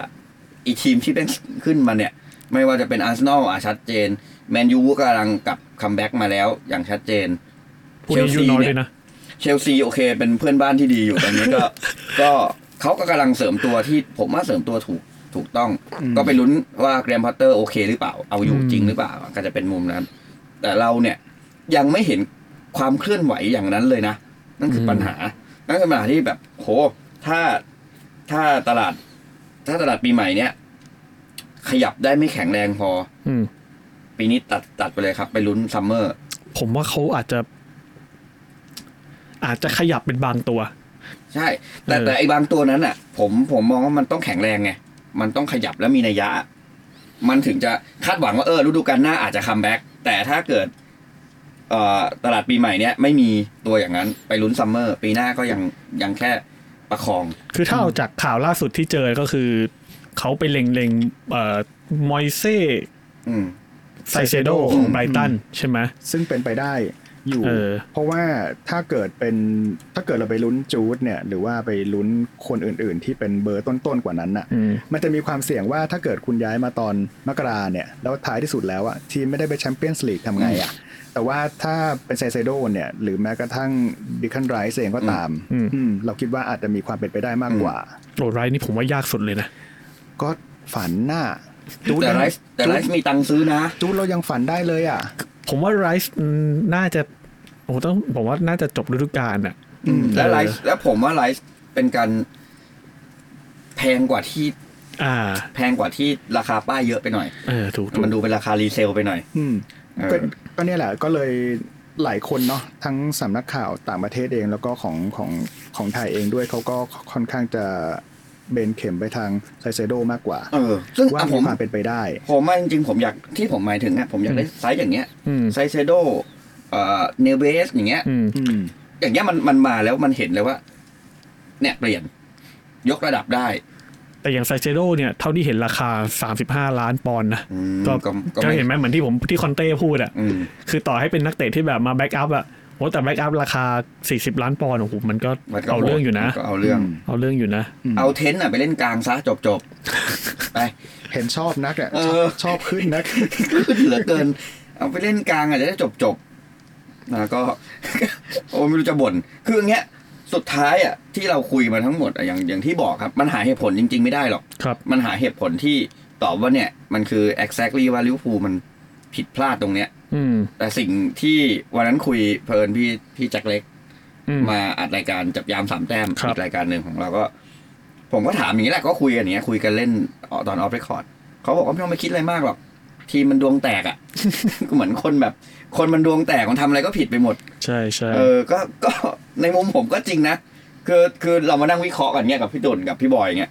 อีทีมที่เป็นขึ้นมาเนี่ย ไม่ว่าจะเป็นอาร์เซนอลอ่ะชัดเจน แมนยูกำลังกลับคัมแบ็กมาแล้วอย่างชัดเจน พูดยูนอยด้วยนะ เชลซีโอเค เป็นเพื่อนบ้านที่ดีอยู่ตอนนี้ก็ ก็เขาก็กำลังเสริมตัวที่ผมว่าเสริมตัวถูกถูกต้อง ก็ไปลุ้นว่าแกรมพัตเตอร์โอเคหรือเปล่า เอาอยู่ อืม จริงหรือเปล่า ก็จะเป็นมุมนั้น แต่เราเนี่ยยังไม่เห็นความเคลื่อนไหวอย่างนั้นเลยนะ นั่นคือปัญหา นั่นคือปัญหาที่แบบโหถ้าถ้าตลาด ถ้าตลาดปีใหม่เนี่ย ขยับได้ไม่แข็งแรงพอ อืม ปีนี้ตัดตัดไปเลยครับ ไปลุ้นซัมเมอร์ ผมว่าเขาอาจจะ อาจจะขยับเป็นบางตัว ใช่ แต่ เออ แต่ไอ้บางตัวนั้นอ่ะ ผมผมมองว่ามันต้องแข็งแรงไง มันต้องขยับและมีนัยยะ มันถึงจะคาดหวังว่าเออฤดูกาลหน้าอาจจะคัมแบ็กแต่ถ้าเกิด เอ่อตลาดปีใหม่เนี้ยไม่มีตัวอย่างนั้น ไปลุ้นซัมเมอร์ ปีหน้าก็ยังยังแค่ประคอง คือถ้าเอาจากข่าวล่าสุดที่เจอก็คือเขาไปเล็งเล็งๆเอ่อมอยเซ่ อืม ไซเซโดของไบรตันใช่ไหม ซึ่งเป็นไปได้อยู่ เออ เพราะว่าถ้าเกิดเป็นถ้าเกิดเราไปลุ้นจูดเนี่ย หรือว่าไปลุ้นคนอื่นๆ ที่เป็นเบอร์ต้นๆกว่านั้นอ่ะ อืม มันจะมีความเสี่ยงว่าถ้าเกิดคุณย้ายมาตอนมกราเนี่ย แล้วท้ายที่สุดแล้วอะทีมไม่ได้ไปแชมเปี้ยนส์ลีกทำไงอะแต่ว่าถ้าเป็นไซเซโดเนี่ย หรือแม้กระทั่งดิคันไรส์เองก็ตาม อืม อืมเราคิดว่าอาจจะมีความเป็นไปได้มากกว่า โรดไรนี่ผมว่ายากสุดเลยนะ ก็ฝันหน้าจูด แต่ ยัง ไรส์แต่ไรส์มีตังค์ซื้อนะ จูดเรายังฝันได้เลยอ่ะ ผมว่าไรซ์น่าจะโอ้ต้องผมว่าน่าจะจบฤดูกาลอ่ะ และ เออ ไรส์และผมว่าไรส์เป็นการแพงกว่าที่ อ่า แพงกว่าที่ราคาป้ายเยอะไปหน่อย เออ ถูกถูก มันดูเป็นราคารีเซลไปหน่อย อืม เออ ก็ก็เนี่ยแหละก็เลยหลายคนเนาะทั้งสำนักข่าวต่างประเทศเองแล้วก็ของของของไทยเองด้วยเขาก็ค่อนข้างจะ เบนเข็มไปทางไซเซโดมากกว่า เออ ซึ่ง ว่า อ่ะผ มี ม ความเป็นไปได้ ผมว่าจริงๆผมอยากที่ผมหมายถึงอ่ะผมอยากได้ไซส์อย่างเงี้ย อืม ไซส์เซโดเอ่อเนเบสอย่างเงี้ย อืม อืม อย่างเงี้ยมันมันมาแล้วมันเห็นเลยว่า เนี่ยเปลี่ยน ยกระดับได้ แต่อย่างไซเซโดเนี่ย เท่าที่เห็นราคา 35 ล้านปอนด์นะ อืม ก็ก็ ไม่ เห็นไหมเหมือนที่ผมที่คอนเต้พูดอ่ะ อืม คือต่อให้เป็นนักเตะที่แบบมาแบ็กอัพอะโอ้แต่แบ็กอัพราคา 40 ล้านปอนด์โอ้โหมันก็ มันก็ เอาเรื่องอยู่นะ ก็เอาเรื่อง เอาเรื่องอยู่นะ เอาเทนต์อ่ะไปเล่นกลางซะจบจบไป เห็นชอบนักอ่ะ เออ ชอบชอบขึ้นนัก เหลือเกิน เอาไปเล่นกลางอ่ะจะได้จบจบนะก็ โอ้ไม่รู้จะบ่นคืออย่างเงี้ย สุดท้ายอ่ะที่เราคุยมาทั้งหมดอ่ะอย่างอย่างที่บอกครับ มันหาเหตุผลจริง ๆ ไม่ได้หรอก ครับ มันหาเหตุผลที่ตอบว่าเนี่ย มันคือ exactly ว่าลิเวอร์พูลมันผิดพลาดตรงเนี้ย อืม แต่สิ่งที่วันนั้นคุยเพลินพี่พี่แจ็คเล็ก อืม มาอัดรายการจับยามสามแต้ม ครับ อีกรายการหนึ่งของเราก็ ผมก็ถามอย่างนี้แหละก็คุยกันอย่างเนี้ยคุยกันเล่นตอนออฟเรคคอร์ดเขาบอกว่าไม่ต้องไปคิดอะไรมากหรอก ทีมมันดวงแตกอ่ะ ก็เหมือนคนแบบ คนมันดวงแตกมันทำอะไรก็ผิดไปหมด ใช่ใช่ เออก็ก็ ในมุมผมก็จริงนะคือคือเรามานั่งวิเคราะห์กันเนี่ยกับพี่ตุนกับพี่บอยเนี่ย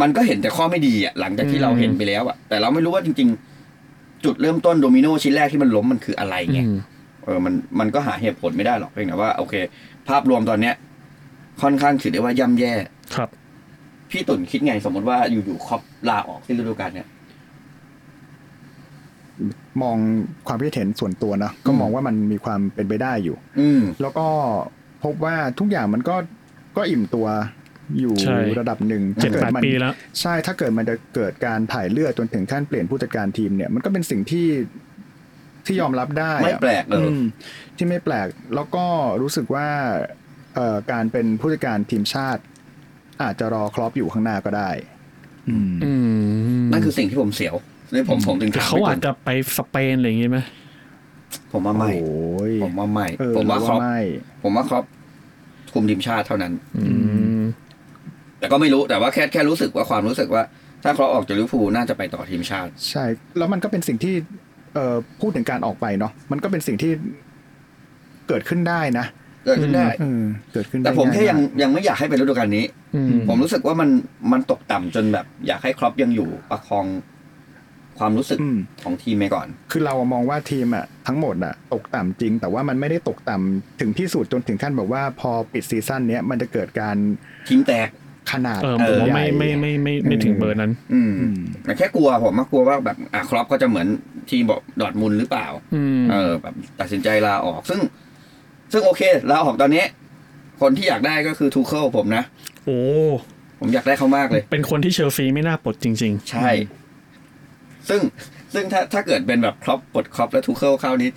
มันก็เห็นแต่ข้อไม่ดีอ่ะหลังจากที่เราเห็นไปแล้วอ่ะแต่เราไม่รู้ว่าจริง ๆ จุดเริ่มต้นโดมิโนชิ้นแรกที่มันล้มมันคืออะไรไง ม เออ มัน มันก็หาเหตุผลไม่ได้หรอกเพียงแต่ว่าโอเค ภาพรวมตอนเนี้ย ค่อนข้างถือได้ว่าย่ำแย่ ครับ พี่ตุ่นคิดไงสมมติว่าอยู่ๆครอปลาออกที่ฤดูกาลเนี่ย มองความคิดเห็นส่วนตัวนะก็มองว่ามันมีความเป็นไปได้อยู่ อืม แล้วก็พบว่าทุกอย่างมันก็ก็อิ่มตัวอยู่ ใช่ ระดับหนึ่ง เจ็ด ถ้ากิ แปด มั ปีแล้ว ใช่ถ้าเกิดมันจะเกิดการถ่ายเลือดจนถึงขั้นเปลี่ยนผู้จัดการทีมเนี่ยมันก็เป็นสิ่งที่ที่ยอมรับได้อะ ไม่แปลกเลย มที่ไม่แปลกแล้วก็รู้สึกว่าเอ่อการเป็นผู้จัดการทีมชาติ อาจจะรอครอปอยู่ข้างหน้าก็ได้ อืม อืม นั่นคือสิ่งที่ผมเสียวเลยผมผมถึง แต่ ถาม เขา พี่ อา ตุ่ จ น จะไปสเปนอะไรอย่างงี้ไหม ผมว่าไม่ โอ้ย ผมว่าไม่ เออ ผมว่า เร ครอป ไม่ ผมว่าครอปคุมทีมชาติเท่านั้น อืม แต่ก็ไม่รู้ แต่ว่าแค่แค่รู้สึกว่าความรู้สึกว่า ถ้าครอปออกจากลิเวอร์พูลน่าจะไปต่อทีมชาติ ใช่ แล้วมันก็เป็นสิ่งที่เอ่อพูดถึงการออกไปเนาะมันก็เป็นสิ่งที่เกิดขึ้นได้นะ เกิดขึ้นได้ เออเกิดขึ้นได้ แต่ผมแค่ยัง ง่า ยังไม่อยากให้เป็นฤดูกาลนี้ อืม ผมรู้สึกว่ามันมันตกต่ำจนแบบ อยากให้ครอปยังอยู่ประคองความรู้สึก อืม ของทีมไปก่อน ๆคือเรามองว่าทีมอะทั้งหมดอะตกต่ำจริง แต่ว่ามันไม่ได้ตกต่ำถึงที่สุดจนถึงขั้นแบบว่าพอปิดซีซั่นเนี้ยมันจะเกิดการ ทีมแตก ขนาด เออผมว่า ใหญ่ ไม่ไม่ไม่ไม่ไม่ถึงเบอร์นั้น อืม อืม แต่แค่กลัวผมมากลัวว่าแบบอ่ะครอปก็จะเหมือนทีมบอกดอร์ทมุนด์หรือเปล่า อืม เออ แบบตัดสินใจลาออก ซึ่ง ซึ่งโอเคลาออกตอนนี้ คนที่อยากได้ก็คือทูเคิลผมนะ โอ้ ผมอยากได้เขามากเลย เป็นคนที่เชลซีไม่น่าปลดจริง ใช่ ซึ่งซึ่งถ้าถ้าเกิดเป็นแบบครอปกดครอปแล้วทูเคิลเข้านี้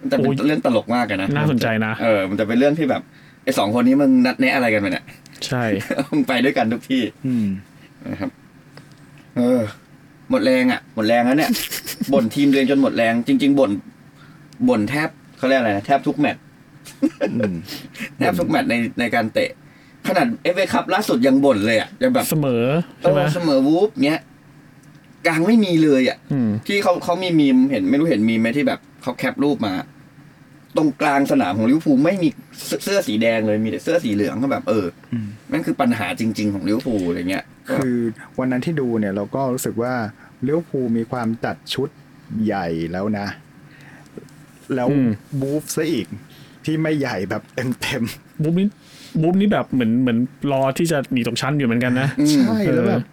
มันจะเป็น โอ้ย เรื่องตลกมากกันนะ ๆ น่าสนใจนะ เออ มันจะเป็นเรื่องที่แบบไอ้สองคนนี้มึงนัดแนะอะไรกันไปเนี่ย ใช่ มึงไปด้วยกันทุกที่ อืม นะครับ เออ หมดแรงอะ่ะ หมดแรงแล้ว เนี่ย บ่นทีมเรียนจนหมดแรง จริง ๆบ่นบ่นแทบเขาเรียกอะไรนะแทบทุกแมตช์ อืม แทบทุกแมตช์ในในการเตะ ขนาดเอฟเอคัพล่าสุดยังบ่นเลยอะ่ะยังแบบ เสมอ เอ ใช่ไหม อเสมอวูฟเนี้ยกลางไม่มีเลยอะ่ะ อืม ที่เขาเขามีมีมเห็นไม่รู้เห็นมีมไหมที่แบบเขาแคปรูปมา ตรงกลางสนามของลิเวอร์พูลไม่มีเสื้อเสื้อสีแดงเลยมีแต่เสื้อสีเหลืองก็แบบเอออ ม นั่นคือปัญหาจริง ๆของลิเวอร์พูลอะไรเงี้ย คือวันนั้นที่ดูเนี่ยเราก็รู้สึกว่าเลี้ยวภูลมีความจัดชุดใหญ่แล้วนะ แล้ว อืม บูฟซะอีกที่ไม่ใหญ่แบบเต็มเต็ม บุ๊บนี่บุ๊บนี่แบบเหมือนเหมือนรอที่จะหนีตกชั้นอยู่เหมือนกันนะ อืม ๆใช่แล้ว เออ แบบ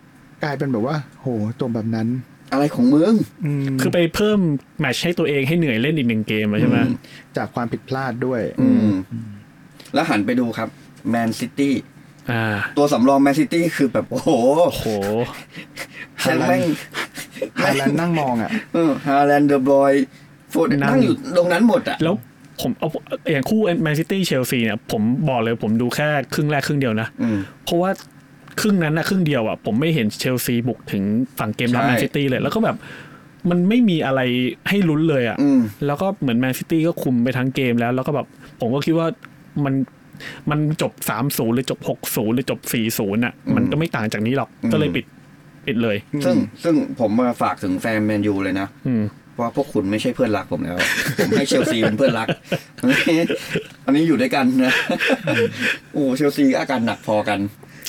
กลายเป็นแบบว่า โหตัวแบบนั้น อะไรของมึง อืม คือไปเพิ่มแมตชให้ตัวเองให้เหนื่อยเล่นอีกหนึ่งเกมอะใช่ไหม จากความผิดพลาดด้วย อืม แล้วหันไปดูครับแมนซิตี้ อ่า ตัวสำรองแมนซิตี้คือแบบ โอ้โห โห ฉันแม่ง ฮาแลนด์นั่งมองอ่ะ เออฮาแลนด์เดอะบอยโฟด นั่ง นั่งอยู่ตรงนั้นหมดอ่ะ แล้วผมเอาอย่างคู่แมนซิตี้เชลซีเนี่ยผมบอกเลยผมดูแค่ครึ่งแรกครึ่งเดียวนะ อืม เพราะว่าครึ่งนั้นนะครึ่งเดียวอ่ะผมไม่เห็นเชลซีบุกถึงฝั่งเกมรับ ใช่ แมนซิตี้เลย แล้วก็แบบมันไม่มีอะไรให้ลุ้นเลยอ่ะ อืม แล้วก็เหมือนแมนซิตี้ก็คุมไปทั้งเกมแล้ว แล้วก็แบบผมก็คิดว่ามันมันจบ 3 0 หรือจบ 6 0 หรือจบ 4 0น่ะ มันก็ไม่ต่างจากนี้หรอก อืม ก็เลยปิดปิดเลย ซึ่งซึ่งผมมาฝากถึงแฟนแมนยูเลยนะ อืม ว่าพวกคุณไม่ใช่เพื่อนรักผมแล้ว ผมให้เชลซีเป็นเพื่อนรัก อันนี้อยู่ด้วยกันนะ โอ้เชลซีก็อาการหนักพอกัน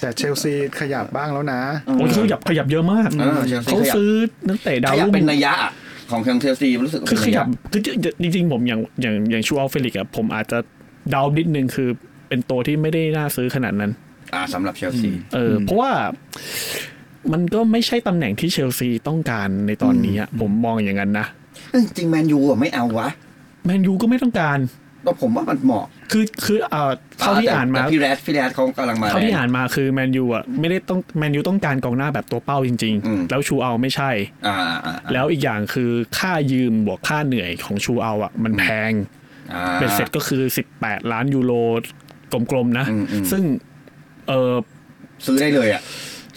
แต่เชลซีขยับบ้างแล้วนะ โอ้ยเขาขยับขยับเยอะมาก เออเชลซี เขา ขยับ ซื้อนักเตะดาว ขยับ รุ่ เป็น ง นัยยะอะของทางเชลซีรู้สึกว่า คือ เป็น ข นัย ยั ยะ บคือจริงๆผมอย่างอย่างอย่างชูอัลเฟลิกอะผมอาจจะเดานิดนึงคือเป็นตัวที่ไม่ได้น่าซื้อขนาดนั้น อ่าสำหรับเชลซี เอออเพราะว่ามันก็ไม่ใช่ตำแหน่งที่เชลซีต้องการในตอนนี้อะผมมองอย่างนั้นนะ จริงแมนยูอ่ะไม่เอาวะ แมนยูก็ไม่ต้องการ แต่ผมว่ามันเหมาะ คือคือเอ่อเท่าที่อ่านมา แต่พี่แรดพี่แรดเขากำลังมา เท่าที่ แรง อ่านมาคือแมนยูอะไม่ได้ต้องแมนยูต้องการกองหน้าแบบตัวเป้าจริง อืม ๆ แล้วชูเอาไม่ใช่ อ่าอ่าอ่า แล้วอีกอย่างคือค่ายืมบวกค่าเหนื่อยของชูเอาอะมันแพง อ่า เป็นเสร็จก็คือ 18 ล้านยูโรกลมๆนะ อืมอืม ซึ่งเออ ซื้อได้เลยอ่ะ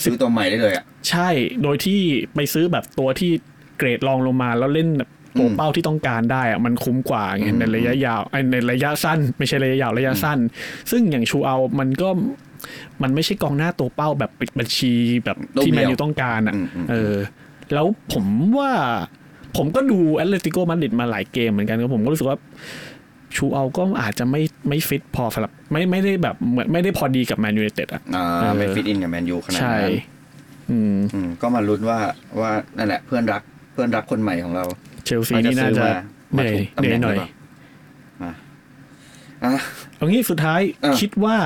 ซื้อตัวใหม่ได้เลยอ่ะ ใช่โดยที่ไปซื้อแบบตัวที่เกรดรองลงมาแล้วเล่นแบบ อืม ตัวเป้าที่ต้องการได้อะมันคุ้มกว่าไง อืม ในระยะยาวไอ้ในระยะสั้น ไม่ใช่ระยะยาวระยะสั้น ซึ่งอย่างชูเอา มันก็มันไม่ใช่กองหน้าตัวเป้าแบบปิดบัญชีแบบที่แมนยูต้องการอ่ะ อืมอืม เออ แล้วผมว่าผมก็ดูแอตเลติโกมาดริดมาหลายเกมเหมือนกันครับผมก็รู้สึกว่า ชูเอาก็อาจจะไม่ไม่ฟิตพอสำหรับไม่ไม่ได้แบบเหมือนไม่ได้พอดีกับแมนยู i นเต็ดอ่ะ อ่ เอา อ ไม่ฟิตอินกับแมนยูขนาด ใช่ นั้น อืม อืมก็มาลุ้นว่าว่านั่นแหละเพื่อนรักเพื่อนรักคนใหม่ของเรา เชลซีนี่น่าจะเห มา นื่อย ถูกตำ เห แหน่นื่องยหน่อย หรือเปล่า อ่ะ เอางี้สุดท้าย เออ คิดว่า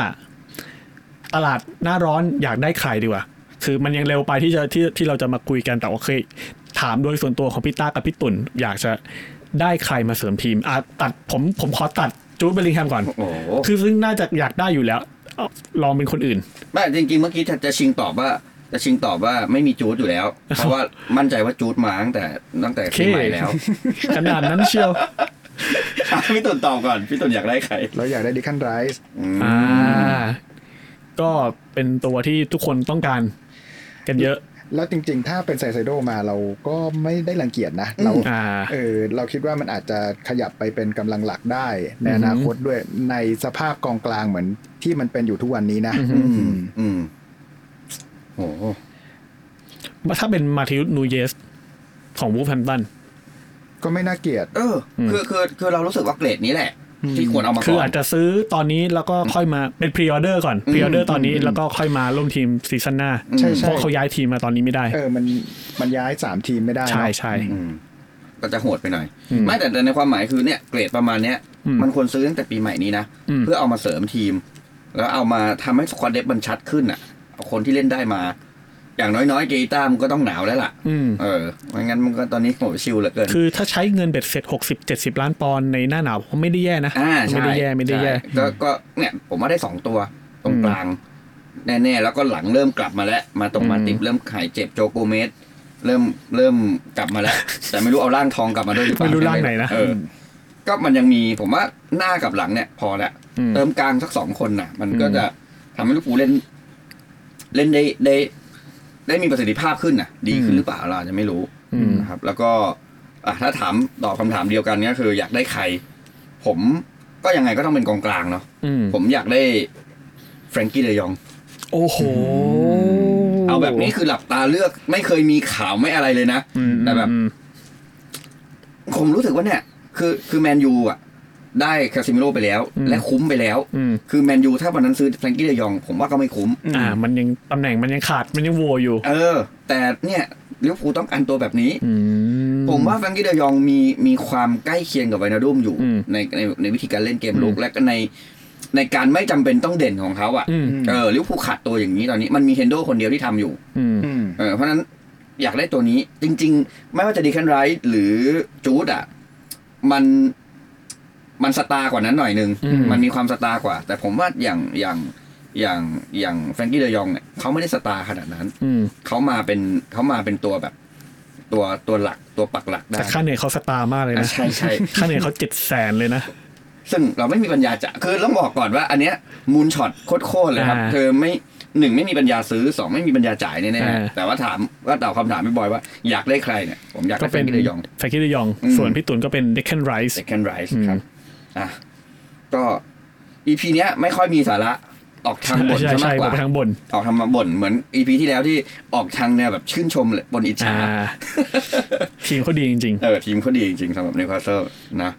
ตลาดหน้าร้อนอยากได้ใครดีวะคือมันยังเร็วไปที่จะที่ที่เราจะมาคุยกันแต่โอเค ถามโดยส่วนตัวของพี่ต้ากับพี่ตุ่นอยากจะได้ใครมาเสริมทีมอ่ะตัดผมผมขอตัดจูดเบลลิงแฮมก่อน โอ้โห คือซึ่งน่าจะอยากได้อยู่แล้วเอาลองเป็นคนอื่น แม่จริงๆเมื่อกี้จะจะชิงตอบว่า จะชิงตอบว่าไม่มีจูดอยู่แล้ว เพราะว่ามั่นใจว่าจูดมาตั้งแต่ตั้งแต่ปีใหม่ แล้ว ขนาดนั้นเชียว อ่ะพี่ตุนตอบก่อนพี่ตุนอยากได้ใคร เราอยากได้ดิคันไรส์ อืม อ่า ก็เป็นตัวที่ทุกคนต้องการ กันเยอะ แล้วจริง ๆ ถ้าเป็นไซไซโดมาเราก็ไม่ได้รังเกียจนะ เรา อ่า เออเราคิดว่ามันอาจจะขยับไปเป็นกำลังหลักได้ ในอนาคตด้วยในสภาพกองกลางเหมือนที่มันเป็นอยู่ทุกวันนี้นะ อือฮึ อืม อืมโอ้ ถ้าเป็นมาทิวส์นูเยส ของวูฟแฮมตัน ก็ไม่น่าเกลียด เออ คือคือคือเรารู้สึกว่าเกรดนี้แหละ อืม ที่ควรเอามา คือ ก่อ อาน จจะซื้อตอนนี้แล้วก็ค่อยมาเป็นพรีออเดอร์ก่อน อืม พรีออเดอร์ตอนนี้แล้วก็ค่อยมาร่วมทีมซีซั่นหน้า ใช่ เพ ใช่ ราะเขาย้ายทีมมาตอนนี้ไม่ได้ เออมันมันย้ายสามทีมไม่ได้เนอะ ใช่ใช่ อืมก็จะโหดไปหน่อย อืม ไม่แต่แต่ในความหมายคือเนี่ยเกรดประมาณเนี้ย อืม มันควรซื้อตั้งแต่ปีใหม่นี้นะ อืม เพื่อเอามาเสริมทีม แล้วเอามาทำให้สควอตเดฟมันชัดขึ้นอ่ะเอาคนที่เล่นได้มา อย่างน้อยๆเกต้ามันก็ต้องหนาวแล้วล่ะ อืม เออไม่งั้นมันก็ตอนนี้โหชิลเหลือเกิน คือถ้าใช้เงินเบ็ดเสร็จหกสิบเจ็ดสิบล้านปอนด์ในหน้าหนาวก็ไม่ได้แย่นะ อ่า ไม่ ใช่ ได้แย่ไม่ได้แย่ ใช่ก็ก็เนี่ย ผมว่าได้สองตัว ตรงกลาง แน่ๆแล้วก็หลังเริ่มกลับมาแล้ว มาตรงมาติดเริ่มหายเจ็บโจโกเมสเริ่มเริ่มกลับมา แล้ว แต่ไม่รู้เอาร่างทองกลับมาด้วยหรือเปล่า ไม่รู้ร่างไหนนะ เออก็มันยังมีผมว่าหน้ากับหลังเนี่ย พอแล้ว อืม เติมกลางสักสองคนน่ะ มันก็ อืม จะทำให้ลูกปูลเล่น เล่นได้ได้ ได้มีประสิทธิภาพขึ้นน่ะ ดีขึ้นหรือเปล่าเราอาจจะไม่รู้ อืม นะครับ แล้วก็ อ่ะถ้าถามตอบคำถามเดียวกันก็คือ อยากได้ใคร ผมก็ยังไงก็ต้องเป็นกองกลางเนาะ อืม ผมอยากได้แฟรงกี้เดยอง โอ้โห เอาแบบนี้คือหลับตาเลือกไม่เคยมีข่าวไม่อะไรเลยนะ อืม แต่แบบ อืม ผมรู้สึกว่าเนี่ย คือคือแมนยูอ่ะ ได้คาซิมิโร่ไปแล้ว และคุ้มไปแล้ว อืม คือแมนยูถ้าวันนั้นซื้อแฟรงกี้เดยอง ผมว่าก็ไม่คุ้ม อ่า มันยังตำแหน่งมันยังขาด มันยังโหวอยู่ เออ แต่เนี่ยลิเวอร์พูลต้องการตัวแบบนี้ อื ผมว่าแฟรงกี้เดยองมีมีความใกล้เคียงกับไวนาดุมอยู่ อืม ในในในวิธีการเล่นเกมลุ อื ก ม และก็ในในการไม่จำเป็นต้องเด่นของเขาอ่ะ อืม เออลิเวอร์พูลขาดตัวอย่างนี้ตอนนี้มันมีเฮนโดคนเดียวที่ทำอยู่ อืม อืม เออเพราะฉะนั้นอยากได้ตัวนี้จริง ๆ ไม่ว่าจะดีแคนไรท์หรือจูดอ่ะ มันมันสตาร์กว่านั้นหน่อยนึง อืม มันมีความสตาร์กว่า แต่ผมว่าอย่างอย่างอย่างอย่างแฟรงกี้เดยองเนี่ยเขาไม่ได้สตาร์ขนาดนั้น อืม เขามาเป็นเขามาเป็นตัวแบบ ตัวตัวหลักตัวปักหลักได้ แต่ค่าเหนื่อยเขาสตาร์มากเลย อ่ะ นะ ใช่ใช่ ค่าเหนื่อยเขาเจ็ดแสนเลยนะ ซึ่งเราไม่มีปัญญาจะคือต้องบอกก่อนว่าอันเนี้ยมูลช็อตโคตรๆเลยครับ อ่า เธอไม่หนึ่งไม่มีปัญญาซื้อสองไม่มีปัญญาจ่ายแน่ อ่า ๆแต่ว่าถามว่าตอบคำถามพี่บอยว่าอยากได้ใครเนี่ย ผมอยาก ก็ ได้แฟนเป็นกิเลยอง แฟคิดยอง อืม ส่วนพี่ตุนก็เป็นเดคแคนไรส์ เซคันไรส์ อืม ครับอ่ะก็อีพีเนี้ยไม่ค่อยมีสาระออกทางบ่น ใซะช่มากกว่า ใช่ออกทางบ่น ออกทางมาบ่นเหมือนอีพีที่แล้วที่ออกทางแนวแบบชื่นชมเลยบนอิจฉา อ่า ทีมเขาดีจริง เออทีมเขาดีจริงๆสำหรับนิวคาสเซิลนะ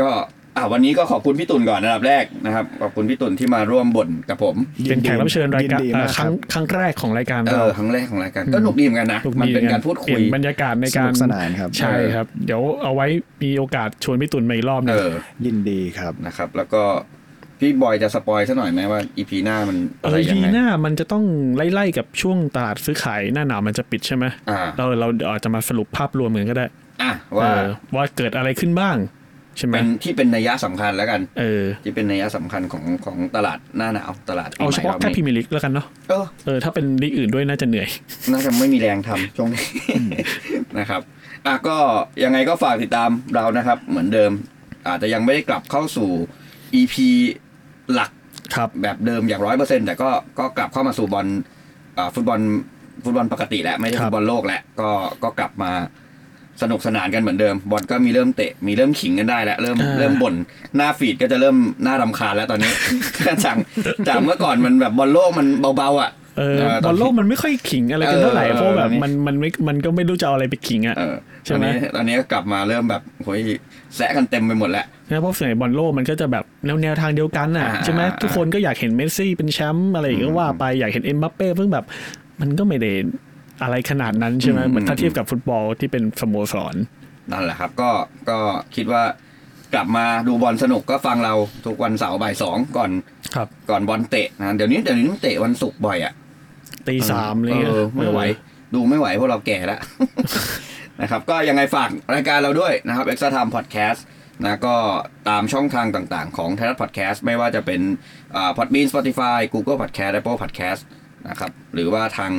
ก็ อ่ะวันนี้ก็ขอบคุณพี่ตุ่นก่อนอันดับแรกนะครับ ขอบคุณพี่ตุ่นที่มาร่วมบ่นกับผม ยิ เป็น ดี แขกรับเชิญรายการ นดี เอ่อ มาก ค ค รั้ รั ง บ ครั้งแรกของรายการ เอ เรา อครั้งแรกของรายการก็หนุกดีเหมือนกันนะ ทุ มันเป็น หมือ การพูด เป คุ ลี่ ย นบรรยากาศในการ สนุกสนานครับ ใช่ เออ ครับ เดี๋ยวเอาไว้มีโอกาสชวนพี่ตุ่นมาอีกรอบหนึ เอง อ ยินดีครับ นะครับ แล้วก็พี่บอยจะสปอยซะหน่อยไหมว่าอีพีหน้ามัน เอ อะไร อ ยั ยี งไง หน้ามันจะต้องไล่ๆกับช่วงตลาดซื้อขายหน้าหนาวมันจะปิดใช่ไหม อ่า เราเราเดี๋ยวอาจจะมาสรุปภาพรวมกันก็ได้ อ่ะว่า เออว่าเกิดอะไรขึ้นบ้าง ใช่ไหม เป็นที่เป็นนัยยะสำคัญแล้วกัน เออ ที่เป็นนัยยะสำคัญของของตลาดหน้าหนาวตลาดปี เอา ให เฉ ม่ พาะ รอบ แค่พรี นี้ เมียร์ลิกแล้วกันเนาะ เออ เออถ้าเป็นลีกอื่นด้วยน่าจะเหนื่อย น่าจะไม่มีแรงทำช่วงนี้ นะครับอ่ะก็ยังไงก็ฝากติดตามเรานะครับ เหมือนเดิม อาจจะยังไม่ได้กลับเข้าสู่ EP หลัก ครับ แบบเดิมอย่างร้อยเปอร์เซ็นแต่ก็ก็กลับเข้ามาสู่บอลอ่าฟุตบอลฟุตบอลปกติแล้วไม่ใช่ ครับ ฟุตบอลโลกแล้วก็ก็กลับมาสนุกสนานกันเหมือนเดิม บอลก็มีเริ่มเตะ มีเริ่มขิงกันได้แล้ว เริ่มเริ่มบ่นหน้าฟีดก็จะเริ่มน่ารำคาญแล้วตอนนี้ จากจากเมื่อก่อนมันแบบบอลโลกมันเบาๆอ่ะ เออ เต บ น อล นี้ โลกมันไม่ค่อยขิงอะไรกันเท่าไหร่ เออ เพราะแบบ เออ มันมันไม่มันก็ไม่รู้จะเอาอะไรไปขิงอ่ะ เออ ใช่ไหม ตอนนี้ตอนนี้ก็กลับมาเริ่มแบบโหยแซะกันเต็มไปหมดแล้ว นะเพราะส่วนใหญ่บอลโลกมันก็จะแบบแนวแนวทางเดียวกันน่ะ อ่า ใช่ไหมทุกคนก็อยากเห็นเมสซี่เป็นแชมป์อะไรอย่างเงี้ยก็ว่าไปอยากเห็นเอ็มบัปเป้เพิ่งแบบ มันก็ไม่ได้อะไรขนาดนั้นใช่ไหม อืม เหมือนถ้าเทียบกับฟุตบอลที่เป็นสโมสร นั่นแหละครับ ก็ก็คิดว่ากลับมาดูบอลสนุกก็ฟังเราทุกวันเสาร์บ่ายสองก่อน ครับ ก่อนบอลเตะนะเดี๋ยวนี้เดี๋ยวนี้มันเตะวันศุกร์บ่อยอ่ะ ตีสามอะไรเงี้ย เออไม่ไหว ดูไม่ไหวเพราะเรา แก่แล้ว นะครับ ก็ยังไงฝากรายการเราด้วยนะครับ Extra Time Podcast นะก็ตามช่องทางต่างๆ ของไทยรัฐพอดแคสต์ไม่ว่าจะเป็นพอดบีน Spotify Google Podcast Apple Podcast นะครับหรือว่าทาง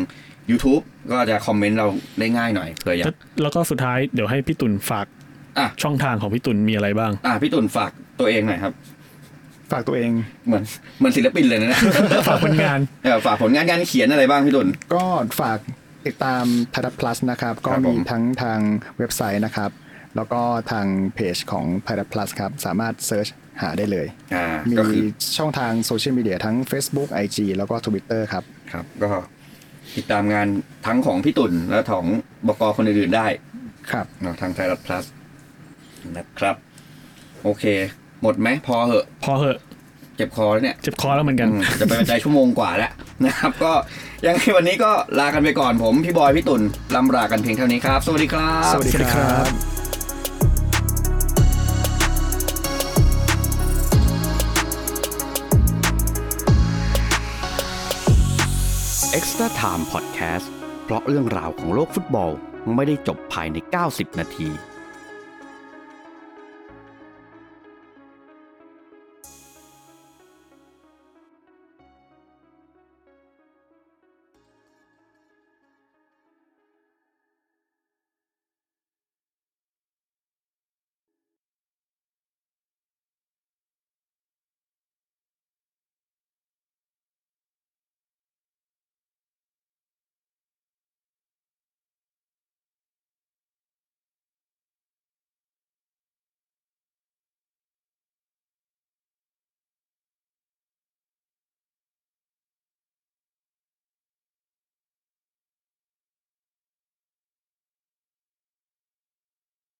YouTube ก็จะคอมเมนต์เราได้ง่ายหน่อยเผื่ออยาก แล้วแล้วก็สุดท้ายเดี๋ยวให้พี่ตุลฝาก อ่ะ ช่องทางของพี่ตุลมีอะไรบ้าง อ่ะพี่ตุ่นฝากตัวเองหน่อยครับ ฝากตัวเอง เหมือนเหมือนศิลปินเลยนะเนี่ย ฝากผลงาน เออฝากผลงานการเขียนอะไรบ้างพี่ตุ่น ก็ฝากติดตามไทยรัฐ plus นะครับ ก็ ครับผม มีทั้งทางเว็บไซต์นะครับ แล้วก็ทางเพจของไทยรัฐ plus ครับ สามารถเซิร์ชหาได้เลย อ่า มี ก็คือ ช่องทางโซเชียลมีเดียทั้ง Facebook IG แล้วก็ Twitter ครับ ครับ ก็ติดตามงานทั้งของพี่ตุ่นและของบกคนอื่นๆได้ ครับ เนาะทางไทยรัฐ plus นะครับ โอเค หมดไหมพอเหอะ พอเหอะ เจ็บคอแล้วเนี่ย เจ็บคอแล้วเหมือนกัน อืมจะไปบรรยายชั่วโมงกว่าแล้วนะครับ ก็ยังไงวันนี้ก็ลากันไปก่อนผมพี่บอยพี่ตุ่นลำลากันเพียงเท่านี้ครับ สวัสดีครับ สวัสดีครับ เอ็กซ์ต m ้าไทม์พอดแคสต์เพราะเรื่องราวของโลกฟุตบอลไม่ได้จบภายใน 90 นาที